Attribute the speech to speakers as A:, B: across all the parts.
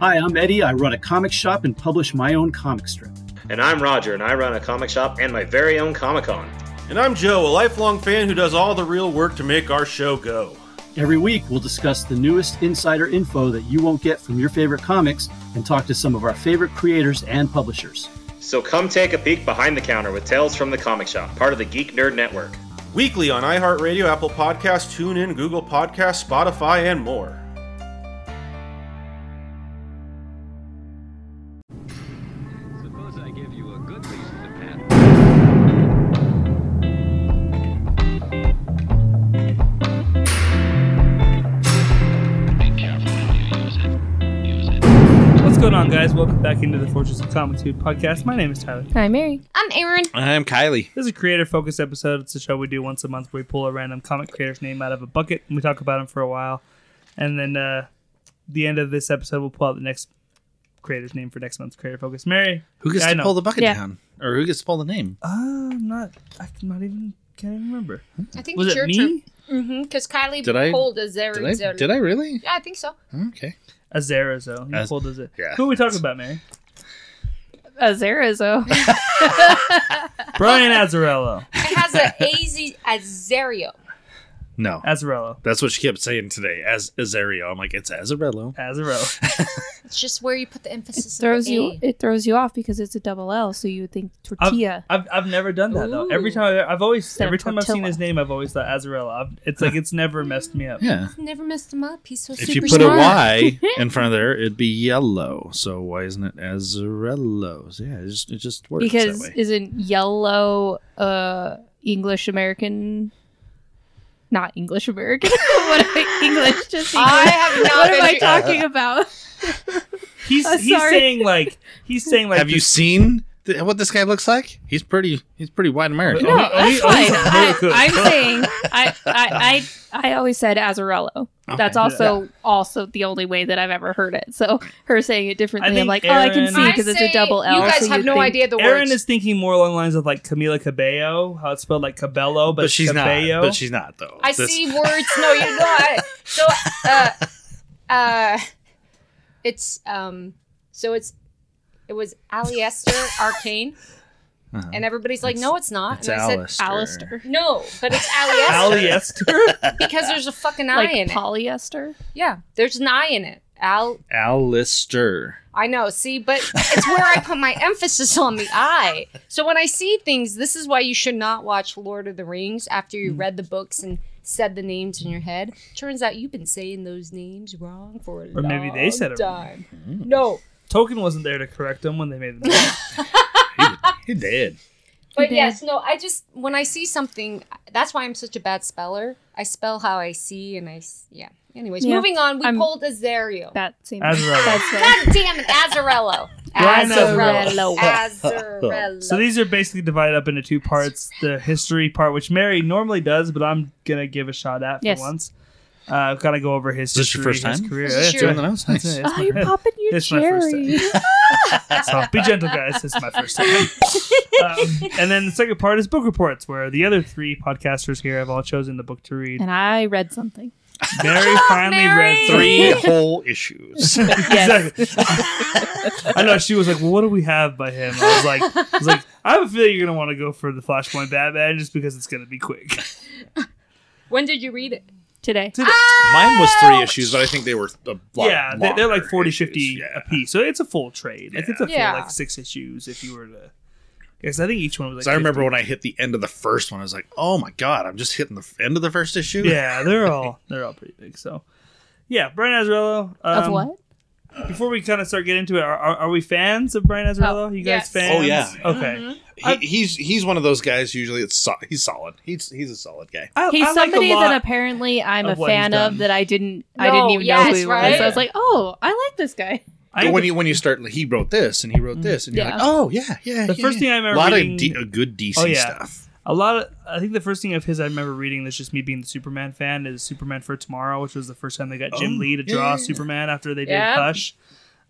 A: Hi, I'm Eddie. I run a comic shop and publish my own comic strip.
B: And I'm Roger, and I run a comic shop and my very own Comic Con.
C: And I'm Joe, a lifelong fan who does all the real work to make our show go.
A: Every week, we'll discuss the newest insider info that you won't get from your favorite comics and talk to some of our favorite creators and publishers.
B: So come take a peek behind the counter with Tales from the Comic Shop, part of the Geek Nerd Network.
C: Weekly on iHeartRadio, Apple Podcasts, TuneIn, Google Podcasts, Spotify, and more.
D: Suppose I give you a good reason to panic.
E: What's going on, guys? Welcome back into the Fortress of Solitude podcast. My name is Tyler.
F: Hi, Mary.
G: I'm Aaron.
H: I'm Kylie.
E: This is a creator focused episode. It's a show we do once a month where we pull a random comic creator's name out of a bucket and we talk about him for a while. And then uh, the end of this episode, we'll pull out the next creator's name for next month's creator focus. Mary,
H: Who gets
E: I
H: to
E: know.
H: pull the bucket
F: Yeah.
H: down? Or who gets to pull the name?
G: Oh,
E: Uh, I'm not. I'm not even. Can't even remember.
G: I think
E: Was
G: it's
E: it
G: your
E: me?
G: turn. Mm-hmm. Because Kylie
H: Did I-
G: pulled a zero.
H: Did I,
G: zero.
H: did I really?
G: Yeah, I think so.
H: Okay.
E: Azarazo. He
H: Az-
E: pulled Az-
H: yeah.
E: Who are we talking about, Mary?
F: Azarazo.
E: Brian Azarello.
G: It has a AZ Azario.
H: No.
E: Azarello.
H: Uh, That's what she kept saying today. As Azario. I'm like, it's Azarello.
E: Azarello.
G: It's just where you put the emphasis. on
F: throws
G: the
F: you.
G: A.
F: It throws you off because it's a double L, so you would think tortilla.
E: I've, I've never done that though. Every
G: Ooh.
E: time I, I've always
F: Instead of
E: every time I've seen
F: tortilla.
E: his name, I've always thought Azarello. I've, it's like it's never messed me up.
H: Yeah.
G: Never messed him up. He's so
H: If
G: super
H: you put
G: smart.
H: a Y in front of there, it'd be yellow. So why isn't it Azarello's? Yeah, it just, it just works
F: because
H: that way.
F: isn't yellow uh English American? Not English American. what am I- English? Just English.
G: I have not
F: what
G: been
F: am I
G: to-
F: talking about?
E: He's
F: Uh,
E: he's
F: sorry.
E: saying like he's saying like
H: Have you
E: this-
H: seen th- what this guy looks like? He's pretty. He's pretty white American.
F: No,
E: Oh, oh,
F: that's
E: oh,
F: fine.
E: oh,
F: I,
E: good.
F: I'm saying I, I I I always said Azarello. That's also also the only way that I've ever heard it. So her saying it differently, I'm
E: think
F: like, oh, I can
E: Aaron-
F: see because it's
G: say
F: a double L.
G: You guys
F: so
G: have
F: you'd
G: no
F: think-
G: idea the
E: Aaron
G: words.
E: is thinking more along the lines of like Camila Cabello, how it's spelled like Cabello, but,
H: but, she's
E: Cabello.
H: not. But she's not though.
G: I
H: This-
G: see words. No, you're not. So, uh, uh, it's um, so it's it was Aliester Arcane,
H: Uh-huh.
G: and everybody's like, no, it's not.
H: It's
G: and I
H: Alistair.
F: Alistair.
G: said, no, but it's Aliester
E: Aliester.
G: because there's a fucking I
F: Like
G: in it.
F: polyester.
G: Yeah, there's an I in it. Al,
H: Alistair.
G: I know. See, but it's where I put my emphasis on the I. So when I see things, this is why you should not watch Lord of the Rings after
E: Hmm.
G: you read the books and said the names in your head. Turns out you've been saying those names wrong for a
E: Or maybe they
G: long
E: said it wrong. Hmm.
G: time. No,
E: Tolkien wasn't there to correct him when they made the movie.
H: He did.
G: but
F: did.
G: yes, no. I just when I see something, that's why I'm such a bad speller. I spell how I see, and I s- yeah. Anyways,
F: Yeah.
G: moving on. We
F: I'm-
G: pulled Azario.
F: That seems.
E: Azarello.
F: That's right.
G: God damn it, Azarello.
E: Brian
F: Azarello.
G: Azarello.
E: So these are basically divided up into two parts: the history part, which Mary normally does, but I'm gonna give a shot at for
F: Yes.
E: once. Uh, I've got to go over his
H: Is this
E: history,
H: your first
E: his
H: time?
E: career.
G: Is this
E: Yeah,
G: your-
H: Doing the mouse?
E: that's
H: Nice.
E: it. It's
F: Oh,
E: my-
F: you're popping your
E: It's my first
F: cherry.
E: So be gentle, guys. It's my first time. um, and then the second part is book reports, where the other three podcasters here have all chosen the book to read.
F: and I read something.
E: Mary finally read
H: Three whole issues.
F: Yes.
E: Exactly. I know she was like, "Well, what do we have by him?" I was like, "I was like, I have a feeling you're gonna want to go for the Flashpoint Batman just because it's gonna be quick."
G: When did you read it?
F: Today.
G: Ah,
H: Mine was three issues, but I think they were a lot.
E: yeah, they, they're like
H: longer
E: 40,
H: issues.
E: 50
H: Yeah.
E: a piece, so it's a full trade. Like it's a full
G: Yeah.
E: like six issues if you were to. Because I think each one was like.
H: So I remember
E: 50.
H: when I hit the end of the first one, I was like, "Oh my god, I'm just hitting the f- end of the first issue."
E: Yeah, they're all they're all pretty big. So, yeah, Brian Azarello. Um,
F: of what?
E: Before we kind of start getting into it, are, are, are we fans of Brian Azarello?
G: Oh,
E: you guys
G: yes.
E: fans?
H: Oh, yeah.
E: Okay.
F: Mm-hmm.
H: he, he's he's one of those guys. Usually, it's so, he's solid. He's he's a solid guy.
E: I,
F: He's
E: I like a
F: somebody
E: lot-
F: that apparently I'm
E: of
F: a
E: what he's
F: fan of
E: done.
F: that I didn't I didn't
G: No,
F: even know
G: yes,
F: who he was.
G: right?
F: So I was like, oh, I like this guy.
E: I
H: when you when you start, he wrote this and he wrote this, and you're
F: Yeah.
H: like, "Oh yeah, yeah."
E: The
H: yeah,
E: first
H: yeah."
E: thing I remember
H: a lot
E: reading-
H: of de- uh, good DC
E: Oh, yeah.
H: stuff.
E: a lot of I think the first thing of his I remember reading that's just me being the Superman fan is Superman for Tomorrow, which was the first time they got Jim
H: Oh,
E: Lee to
H: yeah,
E: draw
H: yeah, yeah.
E: Superman after they did
G: Yeah.
E: Hush.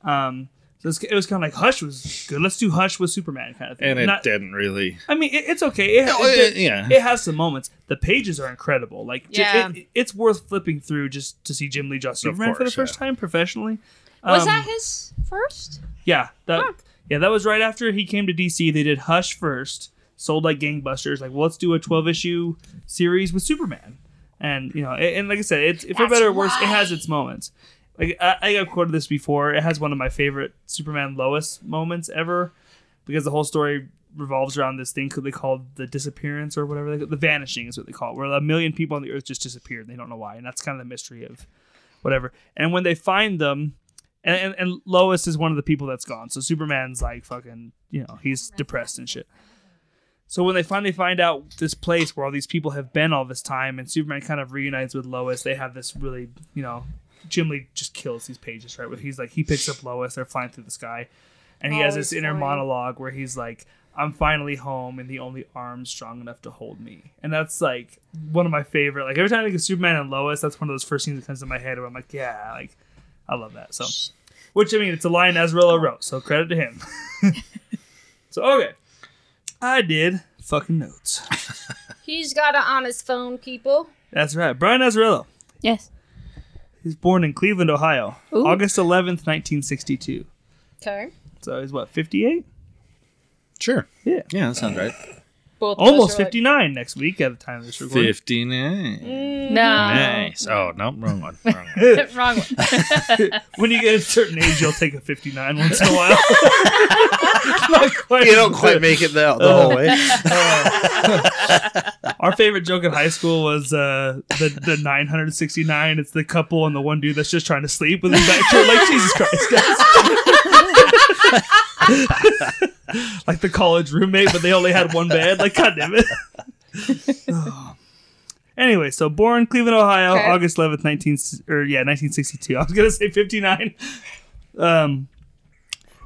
E: Um, so it's, it was kind of like Hush was good. Let's do Hush with Superman kind of thing.
H: And it
E: Not-
H: didn't really.
E: I mean, it, it's okay. It,
H: No,
E: it-
H: it- yeah.
E: it has some moments. The pages are incredible. Like, j-
G: Yeah.
E: it, it's worth flipping through just to see Jim Lee draw Superman for the
H: course,
E: first time professionally.
G: Was
E: Um,
G: that his first?
E: Yeah, that
G: Huh.
E: yeah, that was right after he came to DC. They did Hush first, sold like gangbusters. Like, well, let's do a twelve issue series with Superman, and you know, and, and like I said, it's for
G: That's
E: better or worse, it
G: right.
E: has its moments. Like I, I got quoted this before. It has one of my favorite Superman Lois moments ever, because the whole story revolves around this thing they call the disappearance or whatever they call, the vanishing is what they call it, where a million people on the earth just disappeared. and They don't know why, and that's kind of the mystery of whatever. And when they find them, and, and, and Lois is one of the people that's gone. So Superman's like fucking, you know, he's depressed and shit. So when they finally find out this place where all these people have been all this time, and Superman kind of reunites with Lois, they have this really, you know, Jim Lee just kills these pages, right? Where he's like, he picks up Lois, they're flying through the sky, and he has this
G: Always
E: inner
G: flying.
E: monologue where he's like, "I'm finally home, and the only arm strong enough to hold me," and that's like one of my favorite. Like every time I think of Superman and Lois, that's one of those first things that comes to my head where I'm like, yeah, like I love that. So, which I mean, it's a line Azarello wrote, so credit to him. so okay, I did fucking notes.
G: He's got it on his phone, people.
E: That's right, Brian Azarello.
F: Yes.
E: He's born in Cleveland, Ohio,
F: Ooh.
E: August eleventh, nineteen sixty-two.
G: Okay.
E: So he's what fifty-eight,
H: Sure.
E: Yeah.
H: Yeah, that sounds right.
G: Both of us
E: almost
G: are like-
E: fifty-nine next week at the time of this recording.
H: 59.
F: Mm-hmm. No.
H: Nice. Oh, no, wrong one. Wrong one.
F: Wrong one.
E: When you get a certain age, you'll take a fifty-nine once in a while. Not quite
H: you
E: as
H: don't quite
E: good.
H: make it the,
E: Oh.
H: the whole way.
E: Our favorite joke in high school was uh, the the 969. It's the couple and the one dude that's just trying to sleep with his back to it. like Jesus Christ, guys. like the college roommate, but they only had one bed. Like, God damn it. anyway, so born Cleveland, Ohio,
G: Okay.
E: August 11th, 19 or yeah, 1962. I was gonna say 59. Um,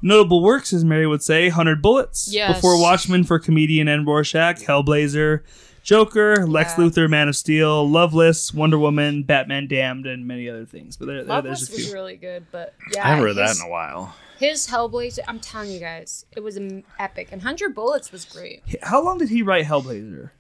E: notable works, as Mary would say, 100 Bullets,
G: Yes.
E: Before Watchmen for comedian and Rorschach, Hellblazer, Joker, Lex
G: Yeah.
E: Luthor, Man of Steel, Loveless, Wonder Woman, Batman Damned, and many other things. But there, there, uh, there's a
G: Loveless was
E: few.
G: really good, but yeah,
H: I haven't read that
G: his-
H: in a while.
G: His Hellblazer, I'm telling you guys, it was am- epic, and Hundred Bullets was great.
E: How long did he write Hellblazer?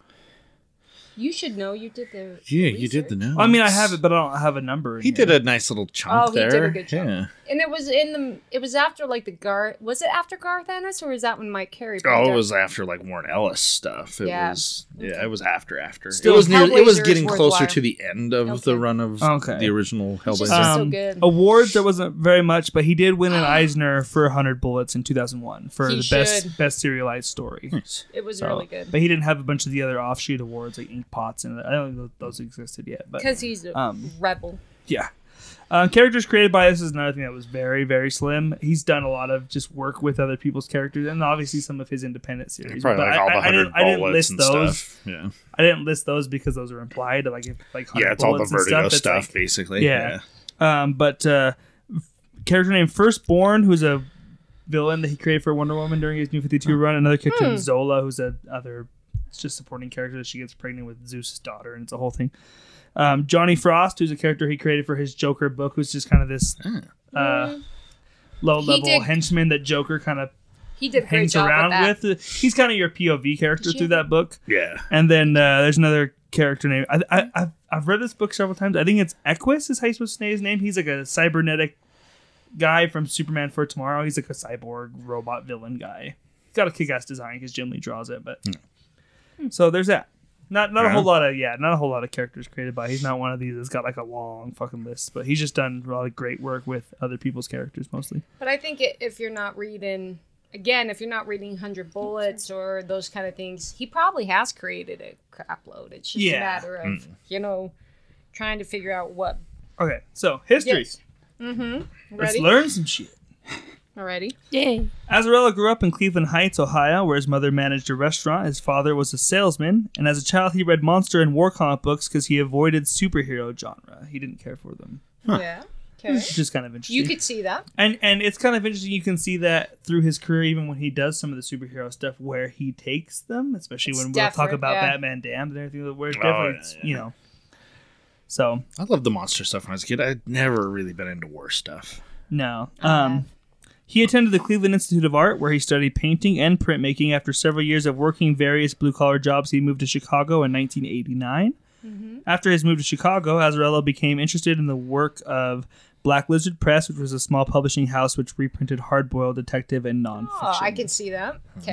G: You should know you did the
H: Yeah, you did the
G: research.
H: notes.
E: I mean, I have it, but I don't have a number. in
H: He
E: here.
H: did a nice little chunk
G: Oh, he
H: there.
G: did a good job.
H: Yeah.
G: and it was in the it was after like the Garth was it after Garth Ennis or was that when Mike Carey?
H: Oh,
G: picked
H: it
G: up-
H: was after like Warren Ellis stuff. It
G: Yeah.
H: was yeah, it was after after.
E: Still,
H: it was near it was
G: Hellblazer is
H: getting closer
G: worthwhile.
H: to the end of
G: Okay.
H: the run of
E: Okay. Um,
H: the original
G: just
H: Hellblazer.
G: so good.
E: Awards there wasn't very much, but he did win an Eisner for 100 Bullets in 2001 for
G: He
E: the
G: should.
E: best best serialized story.
G: It was
E: So-
G: really good
E: But he didn't have a bunch of the other offshoot awards like Ink Pots and I don't think those existed yet. But
G: because he's a
E: um,
G: rebel.
E: yeah. Uh, characters created by this is another thing that was very, very slim. He's done a lot of just work with other people's characters, and obviously some of his independent series.
H: Probably
E: but
H: like
E: I-
H: all the
E: I, I
H: hundred
E: didn't, I didn't
H: bullets
E: list
H: and
E: those.
H: stuff. Yeah,
E: I didn't list those because those are implied. Like, if, like 100
H: yeah, it's all the
E: bullets and
H: Vertigo
E: it's
H: stuff,
E: like-
H: basically.
E: yeah. Um, but uh, character named Firstborn, who's a villain that he created for Wonder Woman during his New Fifty Two run. Another character
G: Hmm.
E: named Zola, who's a other it's just supporting character that she gets pregnant with Zeus's daughter, and it's a whole thing. Um, Johnny Frost, who's a character he created for his Joker book, who's just kind of this uh, low level
G: Hmm. did-
E: henchman that Joker kind of
G: He did a great
E: hangs
G: job with
E: around
G: that.
E: with. He's kind of your POV character
G: Did you-
E: through that book.
H: yeah,
E: And then uh, there's another character named I, I, I've, I've read this book several times. I think it's Equus is how you supposed to say his name. He's like a cybernetic guy from Superman for Tomorrow. He's like a cyborg robot villain guy. He's got a kick-ass design because Jim Lee draws it. But so there's that. Not not a
H: Yeah.
E: whole lot of yeah, not a whole lot of characters created by. He's not one of these that's got like a long fucking list. But he's just done really great work with other people's characters mostly.
G: But I think it, if you're not reading, again, if you're not reading 100 Bullets or those kind of things, he probably has created a crap load. It's just
E: Yeah.
G: a matter of, you know, trying to figure out what.
E: Okay, so history.
G: Yes. Mm-hmm.
E: Let's
G: Ready?
E: learn some shit.
G: Already?
F: Yay.
E: Azarello grew up in Cleveland Heights, Ohio, where his mother managed a restaurant. His father was a salesman, and as a child, he read monster and war comic books because he avoided superhero genre. He didn't care for them,
G: Yeah. Okay.
E: which is kind of interesting.
G: Hmm. You could see that.
E: and and it's kind of interesting. You can see that through his career, even when he does some of the superhero stuff, where he takes them, especially
G: It's
E: when we'll talk
G: different,
E: about
G: yeah.
E: Batman Damned and everything. Where
H: Oh,
E: definitely,
H: yeah,
E: it's,
H: yeah.
E: you know. So
H: I love the monster stuff when I was a kid. I'd never really been into war stuff.
E: No. Um, he attended the Cleveland Institute of Art, where he studied painting and printmaking. After several years of working various blue collar jobs, he moved to Chicago in 1989.
G: Mm-hmm.
E: After his move to Chicago, Azarello became interested in the work of Black Lizard Press, which was a small publishing house which reprinted hardboiled detective and nonfiction.
G: Oh, I can see that. Okay.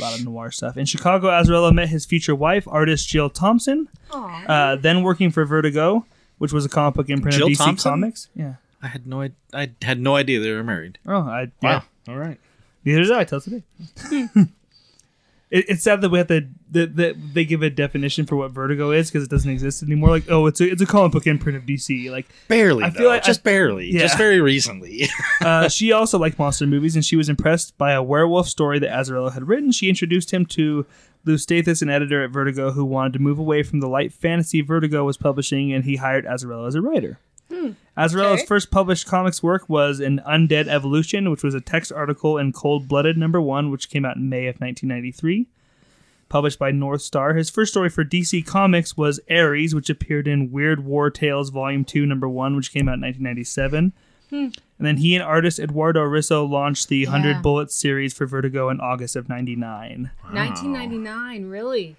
E: a lot of noir stuff. In Chicago, Azarello met his future wife, artist Jill Thompson, uh, then working for Vertigo, which was a comic book imprint
H: Jill
E: of DC
H: Thompson?
E: Comics. Yeah.
H: I had no I, I had no idea they were married.
E: Oh, I, yeah.
H: All right.
E: Neither did I till today. it, it's sad that we have to that, that they give a definition for what Vertigo is because it doesn't exist anymore. Like, oh, it's a it's a comic book imprint of DC. Like,
H: Barely.
E: I
H: I
E: feel like I-
H: just barely.
E: Yeah.
H: Just very recently.
E: uh, she also liked monster movies, and she was impressed by a werewolf story that Azarello had written. She introduced him to Lou Stathis, an editor at Vertigo, who wanted to move away from the light fantasy Vertigo was publishing, and he hired Azarello as a writer. Azarello's
G: okay.
E: first published comics work was an Undead Evolution, which was a text article in Cold Blooded Number One, which came out in May of 1993. Published by North Star, his first story for DC Comics was Ares, which appeared in Weird War Tales Volume 2, Number 1, which came out in 1997. And then he and artist Eduardo Risso launched the 100
G: Hmm. Yeah.
E: Bullets series for Vertigo in August of 99.
G: 1999, really.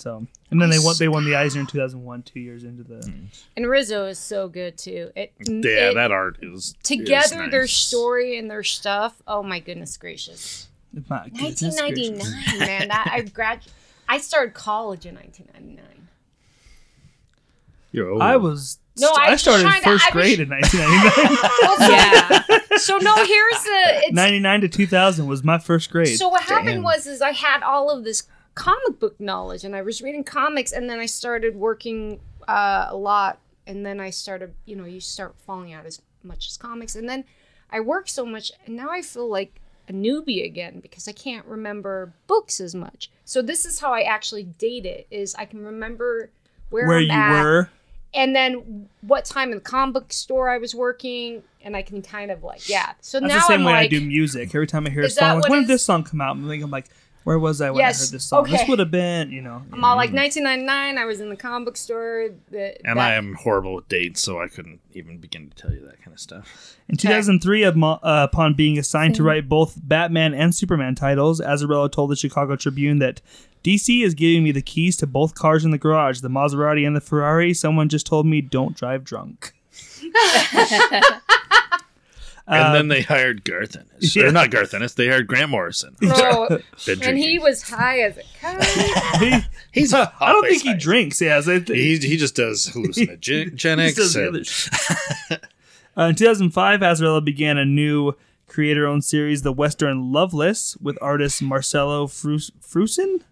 E: So, and then they won they won the Eisner in 2001, 2 years into the
G: And Rizzo is so good too. It,
H: yeah,
G: it-
H: that art is is
G: together
H: nice.
G: their story and their stuff. Oh my goodness gracious.
E: it's not goodness gracious.
G: 1999, man. That I grad I started college in 1999.
H: You're old.
E: I was
G: No, I
E: I,
G: was just
E: started
G: trying to-
E: first
G: I was-
E: grade in 1999.
F: yeah.
G: So no, here's the it's
E: 99 to 2000 was my first grade.
G: So what happened was is I had all of this comic book knowledge and I was reading comics and then I started working uh, a lot and then I started you know you start falling out as much as comics and then I worked so much and now I feel like a newbie again because I can't remember books as much. So this is how I actually date it is I can remember where,
E: where
G: I'm
E: you
G: at,
E: were.
G: and then what time in the comic book store I was working and I can kind of like yeah. So
E: That's
G: now
E: the same
G: I'm
E: way
G: like
E: I do music. Every time I hear a
G: Is that
E: song, like,
G: what
E: when
G: is-
E: did this song come out? I'm like, I'm like, where was I when I
G: Yes,
E: heard this song? This
G: okay. Oh,
E: would have been, you know.
G: I'm all like 1999. I was in the comic book store. The,
H: and
G: that-
H: I am horrible with dates, so I couldn't even begin to tell you that kind of stuff.
E: In 2003, upon- uh, upon being assigned
G: Mm-hmm.
E: to write both Batman and Superman titles, Azarello told the Chicago Tribune that DC is giving me the keys to both cars in the garage, the Maserati and the Ferrari. Someone just told me don't drive drunk.
H: and then they hired Garth Ennis.
E: Um, yeah.
H: Or not Garth Ennis, they hired Grant Morrison.
G: Bro,
H: Been
G: and he
H: drinking.
G: was high as a kite.
E: He-
H: He's a
E: I don't think he drinks. Yeah, so I th-
H: He, he just does hallucinogenics.
E: He does the
H: and-
E: other shit. uh, in 2005, Azarello began a new creator-owned series, The Western Loveless, with artist Marcelo Frus- Frusin.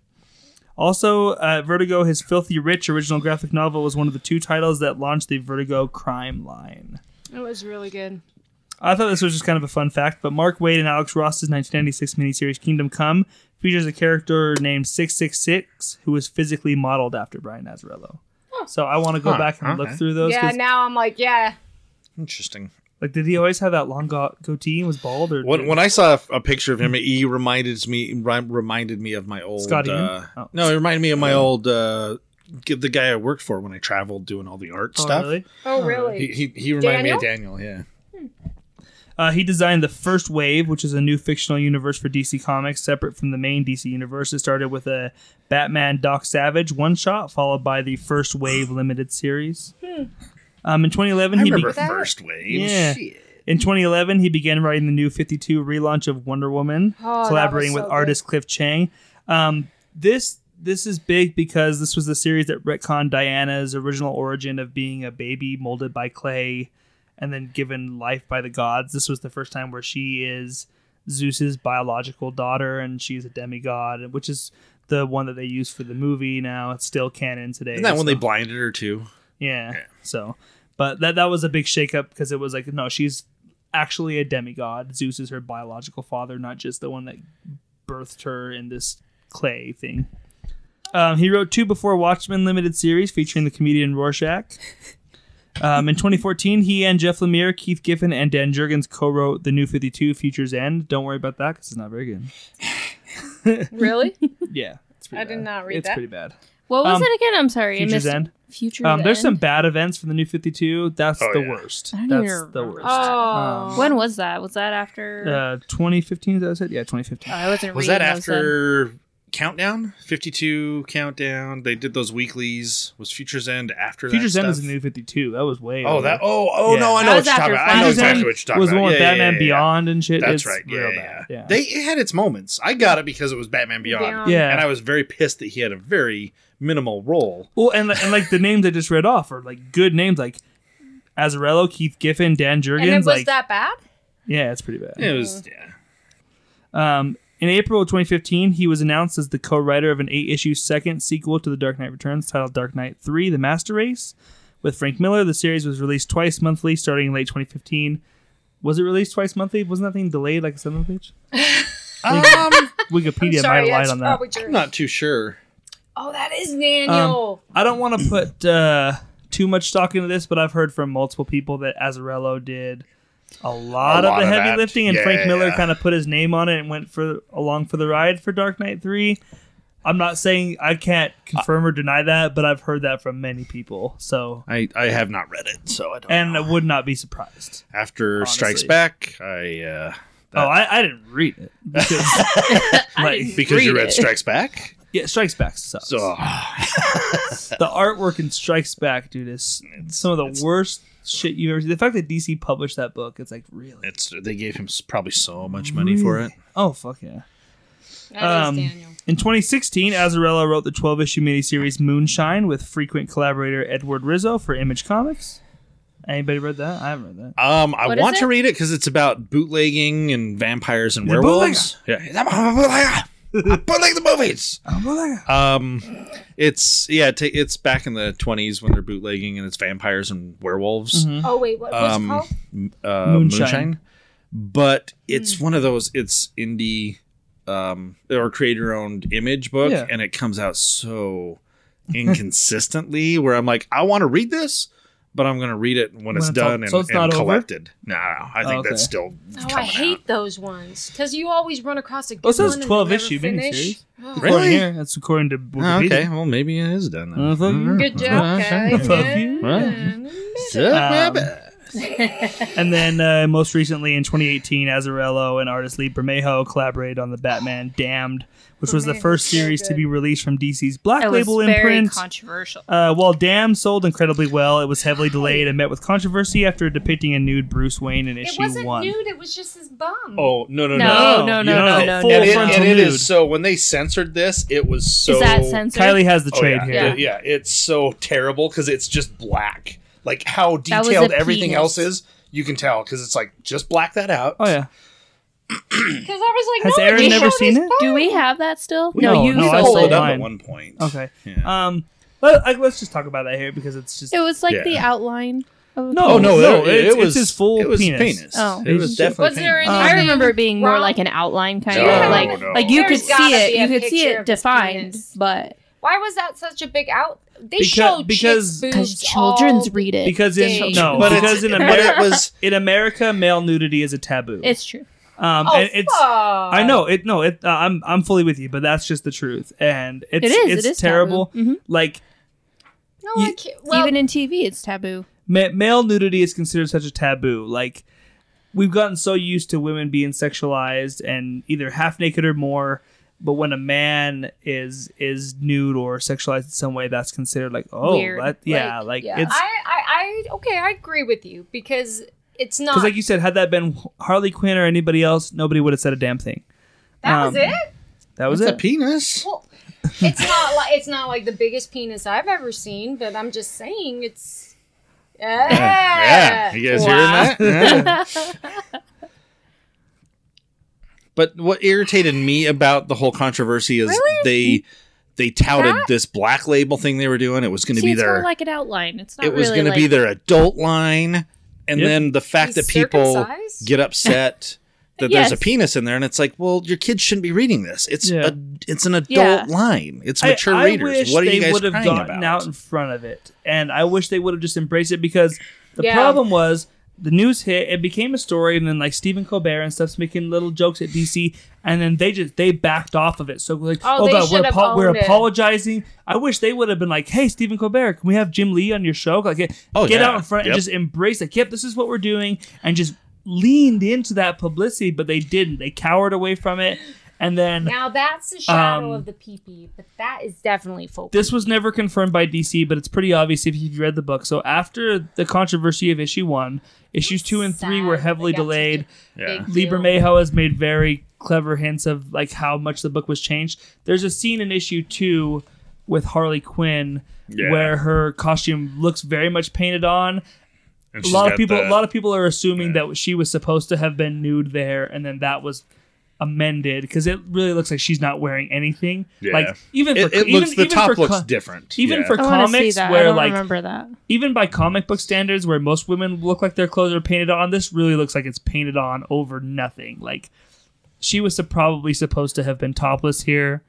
E: Also, uh, Vertigo, his Filthy Rich original graphic novel, was one of the two titles that launched the Vertigo crime line.
G: it was really good.
E: I thought this was just kind of a fun fact, but Mark Wade and Alex Ross's 1996 miniseries Kingdom Come features a character named 666 who was physically modeled after Brian Azarello. So I want to go
H: Huh,
E: back and look
H: okay.
E: through those.
G: Yeah,
E: 'cause-
G: now I'm like, yeah.
H: Interesting.
E: Like, did he always have that long go- goatee and was bald? Or
H: When, when I saw a- a picture of him, he reminded me ri- reminded me of my old
E: Scott Ian?
H: uh,
E: Oh.
H: No, it reminded me of my old uh, g- the guy I worked for when I traveled doing all the art
E: Oh,
H: stuff.
E: really?
G: Oh, really?
H: He, he he reminded me of Daniel. Yeah.
E: Uh, he designed the first wave, which is a new fictional universe for DC Comics, separate from the main DC universe. It started with a Batman Doc Savage one shot, followed by the first wave limited series. Um, in 2011,
H: I
E: he
H: remember
E: be-
G: That-
H: first wave.
E: yeah.
H: Shit.
E: In 2011, he began writing the new 52 relaunch of Wonder Woman,
G: Oh, that
E: collaborating
G: was so
E: with
G: good.
E: artist Cliff Chang. Um, this this is big because this was the series that retconned Diana's original origin of being a baby molded by clay and then given life by the gods. This was the first time where she is Zeus's biological daughter and she's a demigod, which is the one that they use for the movie now. It's still canon today.
H: Isn't that when
E: so-
H: they blinded her too?
E: yeah. So, but that that was a big shakeup because it was like, no, she's actually a demigod. Zeus is her biological father, not just the one that birthed her in this clay thing. Um, he wrote two before Watchmen limited series featuring the comedian Rorschach. Um, in 2014, he and Jeff Lemire, Keith Giffen, and Dan Jurgens co-wrote the New 52 Futures End. Don't worry about that because it's not very good.
G: really?
E: Yeah, it's pretty
G: I did
E: bad.
G: not read
E: It's
G: that.
E: pretty bad.
F: What was
E: Um,
F: it again? I'm sorry. I
E: Futures
F: missed
E: End.
F: Futures
E: Um, there's some
F: End.
E: bad events from the New 52. That's
H: Oh,
E: the
H: yeah.
E: worst.
F: I don't even
E: That's the
F: remember
E: worst.
G: Oh.
E: Um,
F: When was that? Was that after?
E: Uh, 2015 is that it? Yeah,
F: oh,
E: 2015.
F: I wasn't
H: Was
F: reading
H: that
F: those then.
H: after Countdown, 52 Countdown. They did those weeklies. Was Future's End after
E: Future's
H: that
E: End is
H: stuff?
E: a new 52. That was way.
H: Oh,
E: over.
H: that. Oh, oh
E: Yeah.
H: no, I
F: That
H: know what
F: was
H: you're talking
F: after
H: about. I know
E: Future's
H: exactly
E: End
H: what you're talking
E: was the
H: about.
E: one with
H: Yeah, yeah,
E: Batman
H: yeah, yeah.
E: Beyond and shit.
H: That's
E: It's
H: right. Yeah,
E: real
H: yeah,
E: bad.
H: yeah.
E: Yeah.
H: They it had its moments. I got it because it was Batman Beyond.
G: Beyond.
E: yeah.
H: And I was very pissed that he had a very minimal role.
E: Well, and like, and like the names I just read off are like good names, like Azarello, Keith Giffen, Dan Jurgens.
G: And it was
E: like,
G: that bad?
E: yeah, it's pretty bad.
H: It was yeah.
E: Um, in April of 2015, he was announced as the co-writer of an eight-issue second sequel to The Dark Knight Returns, titled Dark Knight Three: The Master Race, with Frank Miller. The series was released twice monthly, starting in late 2015. Was it released twice monthly? Wasn't that thing delayed like a seven page?
H: Um,
E: Wikipedia
G: Sorry,
E: might have
G: uh,
E: lied
G: that's
E: on that.
G: probably true.
H: I'm not too sure.
G: Oh, that is Daniel.
E: I don't want to put uh, too much stock into this, but I've heard from multiple people that Azarello did a lot,
H: lot
E: of the
H: of
E: heavy
H: that.
E: lifting, and
H: Yeah,
E: Frank
H: yeah,
E: Miller
H: yeah.
E: kind of put his name on it and went for along for the ride for Dark Knight Three. I'm not saying I can't confirm or deny that, but I've heard that from many people. So,
H: I, I have not read it, so I don't.
E: and
H: know.
E: I would not be surprised.
H: after
E: honestly.
H: Strikes Back, I uh, that-
E: oh, I, I didn't read it because, like,
H: because you
F: Read
H: read
F: it.
H: Strikes Back, Ah.
E: yeah, Strikes Back sucks.
H: so uh,
E: the artwork in Strikes Back, dude, is some of the worst shit you've ever seen. The fact that DC published that book, it's like really.
H: it's they gave him s- probably so much money for it.
E: Oh fuck yeah!
G: That is
E: um,
G: Daniel.
E: In 2016, Azarello wrote the 12-issue miniseries Moonshine with frequent collaborator Edward Rizzo for Image Comics. Anybody read that? I haven't read that.
H: Um, I
F: What is
H: want to
F: it?
H: read it because it's about bootlegging and vampires and
E: He's a
H: werewolves. Yeah, I'm a bootlegger. I bootleg the movies. Um, it's yeah, ta it's back in the 20s when they're bootlegging and it's vampires and werewolves.
G: Oh wait, what was
H: um,
G: it called?
H: uh,
E: Moonshine.
H: moonshine. but it's one of those it's indie um, or create your own image book,
E: Yeah.
H: and it comes out so inconsistently. where I'm like, I want to read this, but I'm going to read it when, it's,
E: it's all-
H: done and,
E: so it's
H: and
E: not over?
H: collected. No, no, I think
E: okay.
H: that's still.
G: Oh, I
H: coming
G: hate
H: out.
G: those ones because you always run across a good
E: Well, it says
G: one and
E: 12
G: never
E: issue
G: finish.
E: miniseries.
G: Oh,
H: Really?
E: According here, that's according to
H: Oh,
E: Wikipedia.
H: okay, well maybe it is done. then.
E: Uh, fuck you.
G: Good job, guys.
E: Fuck
G: Yeah.
E: you.
G: Mm-hmm.
E: Um,
H: Yeah.
E: And then uh, most recently in 2018, Azarello and artist Lee Bermejo collaborated on the Batman Damned, which was the
G: Bermejo's
E: first
G: so
E: series to
G: good.
E: be released from DC's Black
F: That was
E: Label
F: very
E: imprint.
F: controversial.
E: Uh, while Damned sold incredibly well, it was heavily delayed and met with controversy after depicting a nude Bruce Wayne in
G: It
E: issue
G: wasn't
E: one.
G: nude. It was just his bum.
H: Oh no no no!
F: No,
E: no,
F: no,
E: you
F: no,
E: know,
F: no, no,
E: full
F: no.
H: and it,
E: frontal
H: and it
E: nude.
H: is so. When they censored this, it was so.
F: Is that censored?
E: Kylie has the trade
H: oh, yeah.
E: here.
H: The- yeah, it's so terrible because it's just black. Like how
F: That was a
H: detailed everything
F: penis.
H: else is, you can tell because it's like just black that out.
E: Oh yeah.
G: Because I was like,
E: Has
G: no,
E: Aaron
G: he
E: never
G: showed
E: seen
G: his
E: it?
G: bum.
F: Do we have that still?
E: We
F: No,
E: don't
F: Oh. you
E: know. I
H: I
E: sold
H: pulled
F: sold
H: it up
E: mine.
H: at one point.
E: Okay.
H: Yeah.
E: Um. Let, like, let's just talk about that here because it's just
F: It was like
H: Yeah.
F: the outline of
E: No.
H: oh no,
E: no,
H: it,
E: it's-
H: it was
E: it's his full
H: it was
E: penis.
F: Oh.
H: It was definitely.
G: Was there
E: Um,
H: penis.
G: any?
F: I remember it being more like an outline kind
H: Um, No,
F: of like
H: no.
F: like you
G: There's
F: could
G: gotta
F: see it,
G: be a
F: you could see
G: picture
F: it
G: of his
F: defined,
G: penis.
F: but
G: Why was that such a big out? They
E: Because-
G: showed
E: because-
G: chicks'
F: because
G: boobs
F: children's
G: all-
F: read it,
E: because in
G: Dang.
E: no
H: But
E: because
H: it's,
E: in
H: but
E: America
H: it was
E: in America male nudity is a taboo.
F: it's true.
E: um
G: Oh,
E: and it's
G: fuck.
E: I know it no it uh, I'm I'm fully with you but that's just the truth and it's
F: It is.
E: it's
F: it is
E: terrible
F: taboo. Mhm.
E: like
G: No,
E: You-
G: I can't. Well,
F: Even in TV, it's taboo.
E: ma- male nudity is considered such a taboo. Like we've gotten so used to women being sexualized and either half naked or more, but when a man is is nude or sexualized in some way, that's considered like oh
F: Weird.
E: that, yeah, like, it's
G: I, I, I, okay, I agree with you because it's not.
E: because like you said, had that been Harley Quinn or anybody else, nobody would have said a damn thing.
G: that was
E: um,
G: it.
E: That was
H: it's a
E: it.
H: penis.
G: Well, it's not like it's not like the biggest penis I've ever seen, but I'm just saying it's. Yeah.
H: Yeah, you guys hearing that? Yeah. but what irritated me about the whole controversy is they they touted this black label thing they were doing. It was going to
F: See,
H: be
F: it's
H: their
F: more like an outline. It's not
H: it was
F: really
H: going to
F: like,
H: be their adult line and
E: Yep.
H: then the fact
G: He's
H: that people
G: circumcised?
H: get upset that there's
F: Yes.
H: a penis in there and it's like well your kids shouldn't be reading this it's
E: Yeah.
H: a, it's an adult
F: Yeah.
H: line it's
E: I-
H: mature
E: I
H: readers
E: wish
H: what are
E: they
H: you guys
E: would have
H: crying
E: gotten
H: about
E: out in front of it, and I wish they would have just embraced it because the
G: Yeah.
E: problem was the news hit, it became a story, and then like Stephen Colbert and stuff's making little jokes at DC, and then they just they backed off of it. So like,
G: Oh,
E: oh,
G: they
E: god,
G: should
E: we're,
G: have
E: apo- we're
G: owned it.
E: apologizing. I wish they would have been like, hey, Stephen Colbert, can we have Jim Lee on your show? Like, get,
H: Oh,
E: get
H: yeah.
E: out in front and
H: Yep.
E: just embrace like, yep, this is what we're doing, and just leaned into that publicity, but they didn't. They cowered away from it. And then
G: Now that's the shadow
E: Um,
G: of the peepee, but that is definitely folk.
E: this was never confirmed by DC, but it's pretty obvious if you've read the book. So after the controversy of issue one, issues two and three
G: Sad.
E: were heavily
G: They got such a
E: delayed.
H: Yeah.
G: big
E: Libra
G: deal.
E: Mayo has made very clever hints of like how much the book was changed. There's a scene in issue two with Harley Quinn
H: Yeah.
E: where her costume looks very much painted on.
H: And
E: A
H: she's
E: lot of
H: got
E: people,
H: the-
E: a lot of people are assuming that she was supposed to have been nude there, and then that was amended because it really looks like she's not wearing anything.
H: Yeah.
E: Like even
H: It,
E: for,
H: it
E: even,
H: looks. The
E: even
H: top
E: for
H: looks
E: co-
H: different.
E: even
H: Yeah.
E: for
F: I want to see
E: comics
F: that. I
E: where
F: don't
E: like
F: remember that.
E: even by comic book standards where most women look like their clothes are painted on this really looks like it's painted on over nothing like she was sup- probably supposed to have been topless here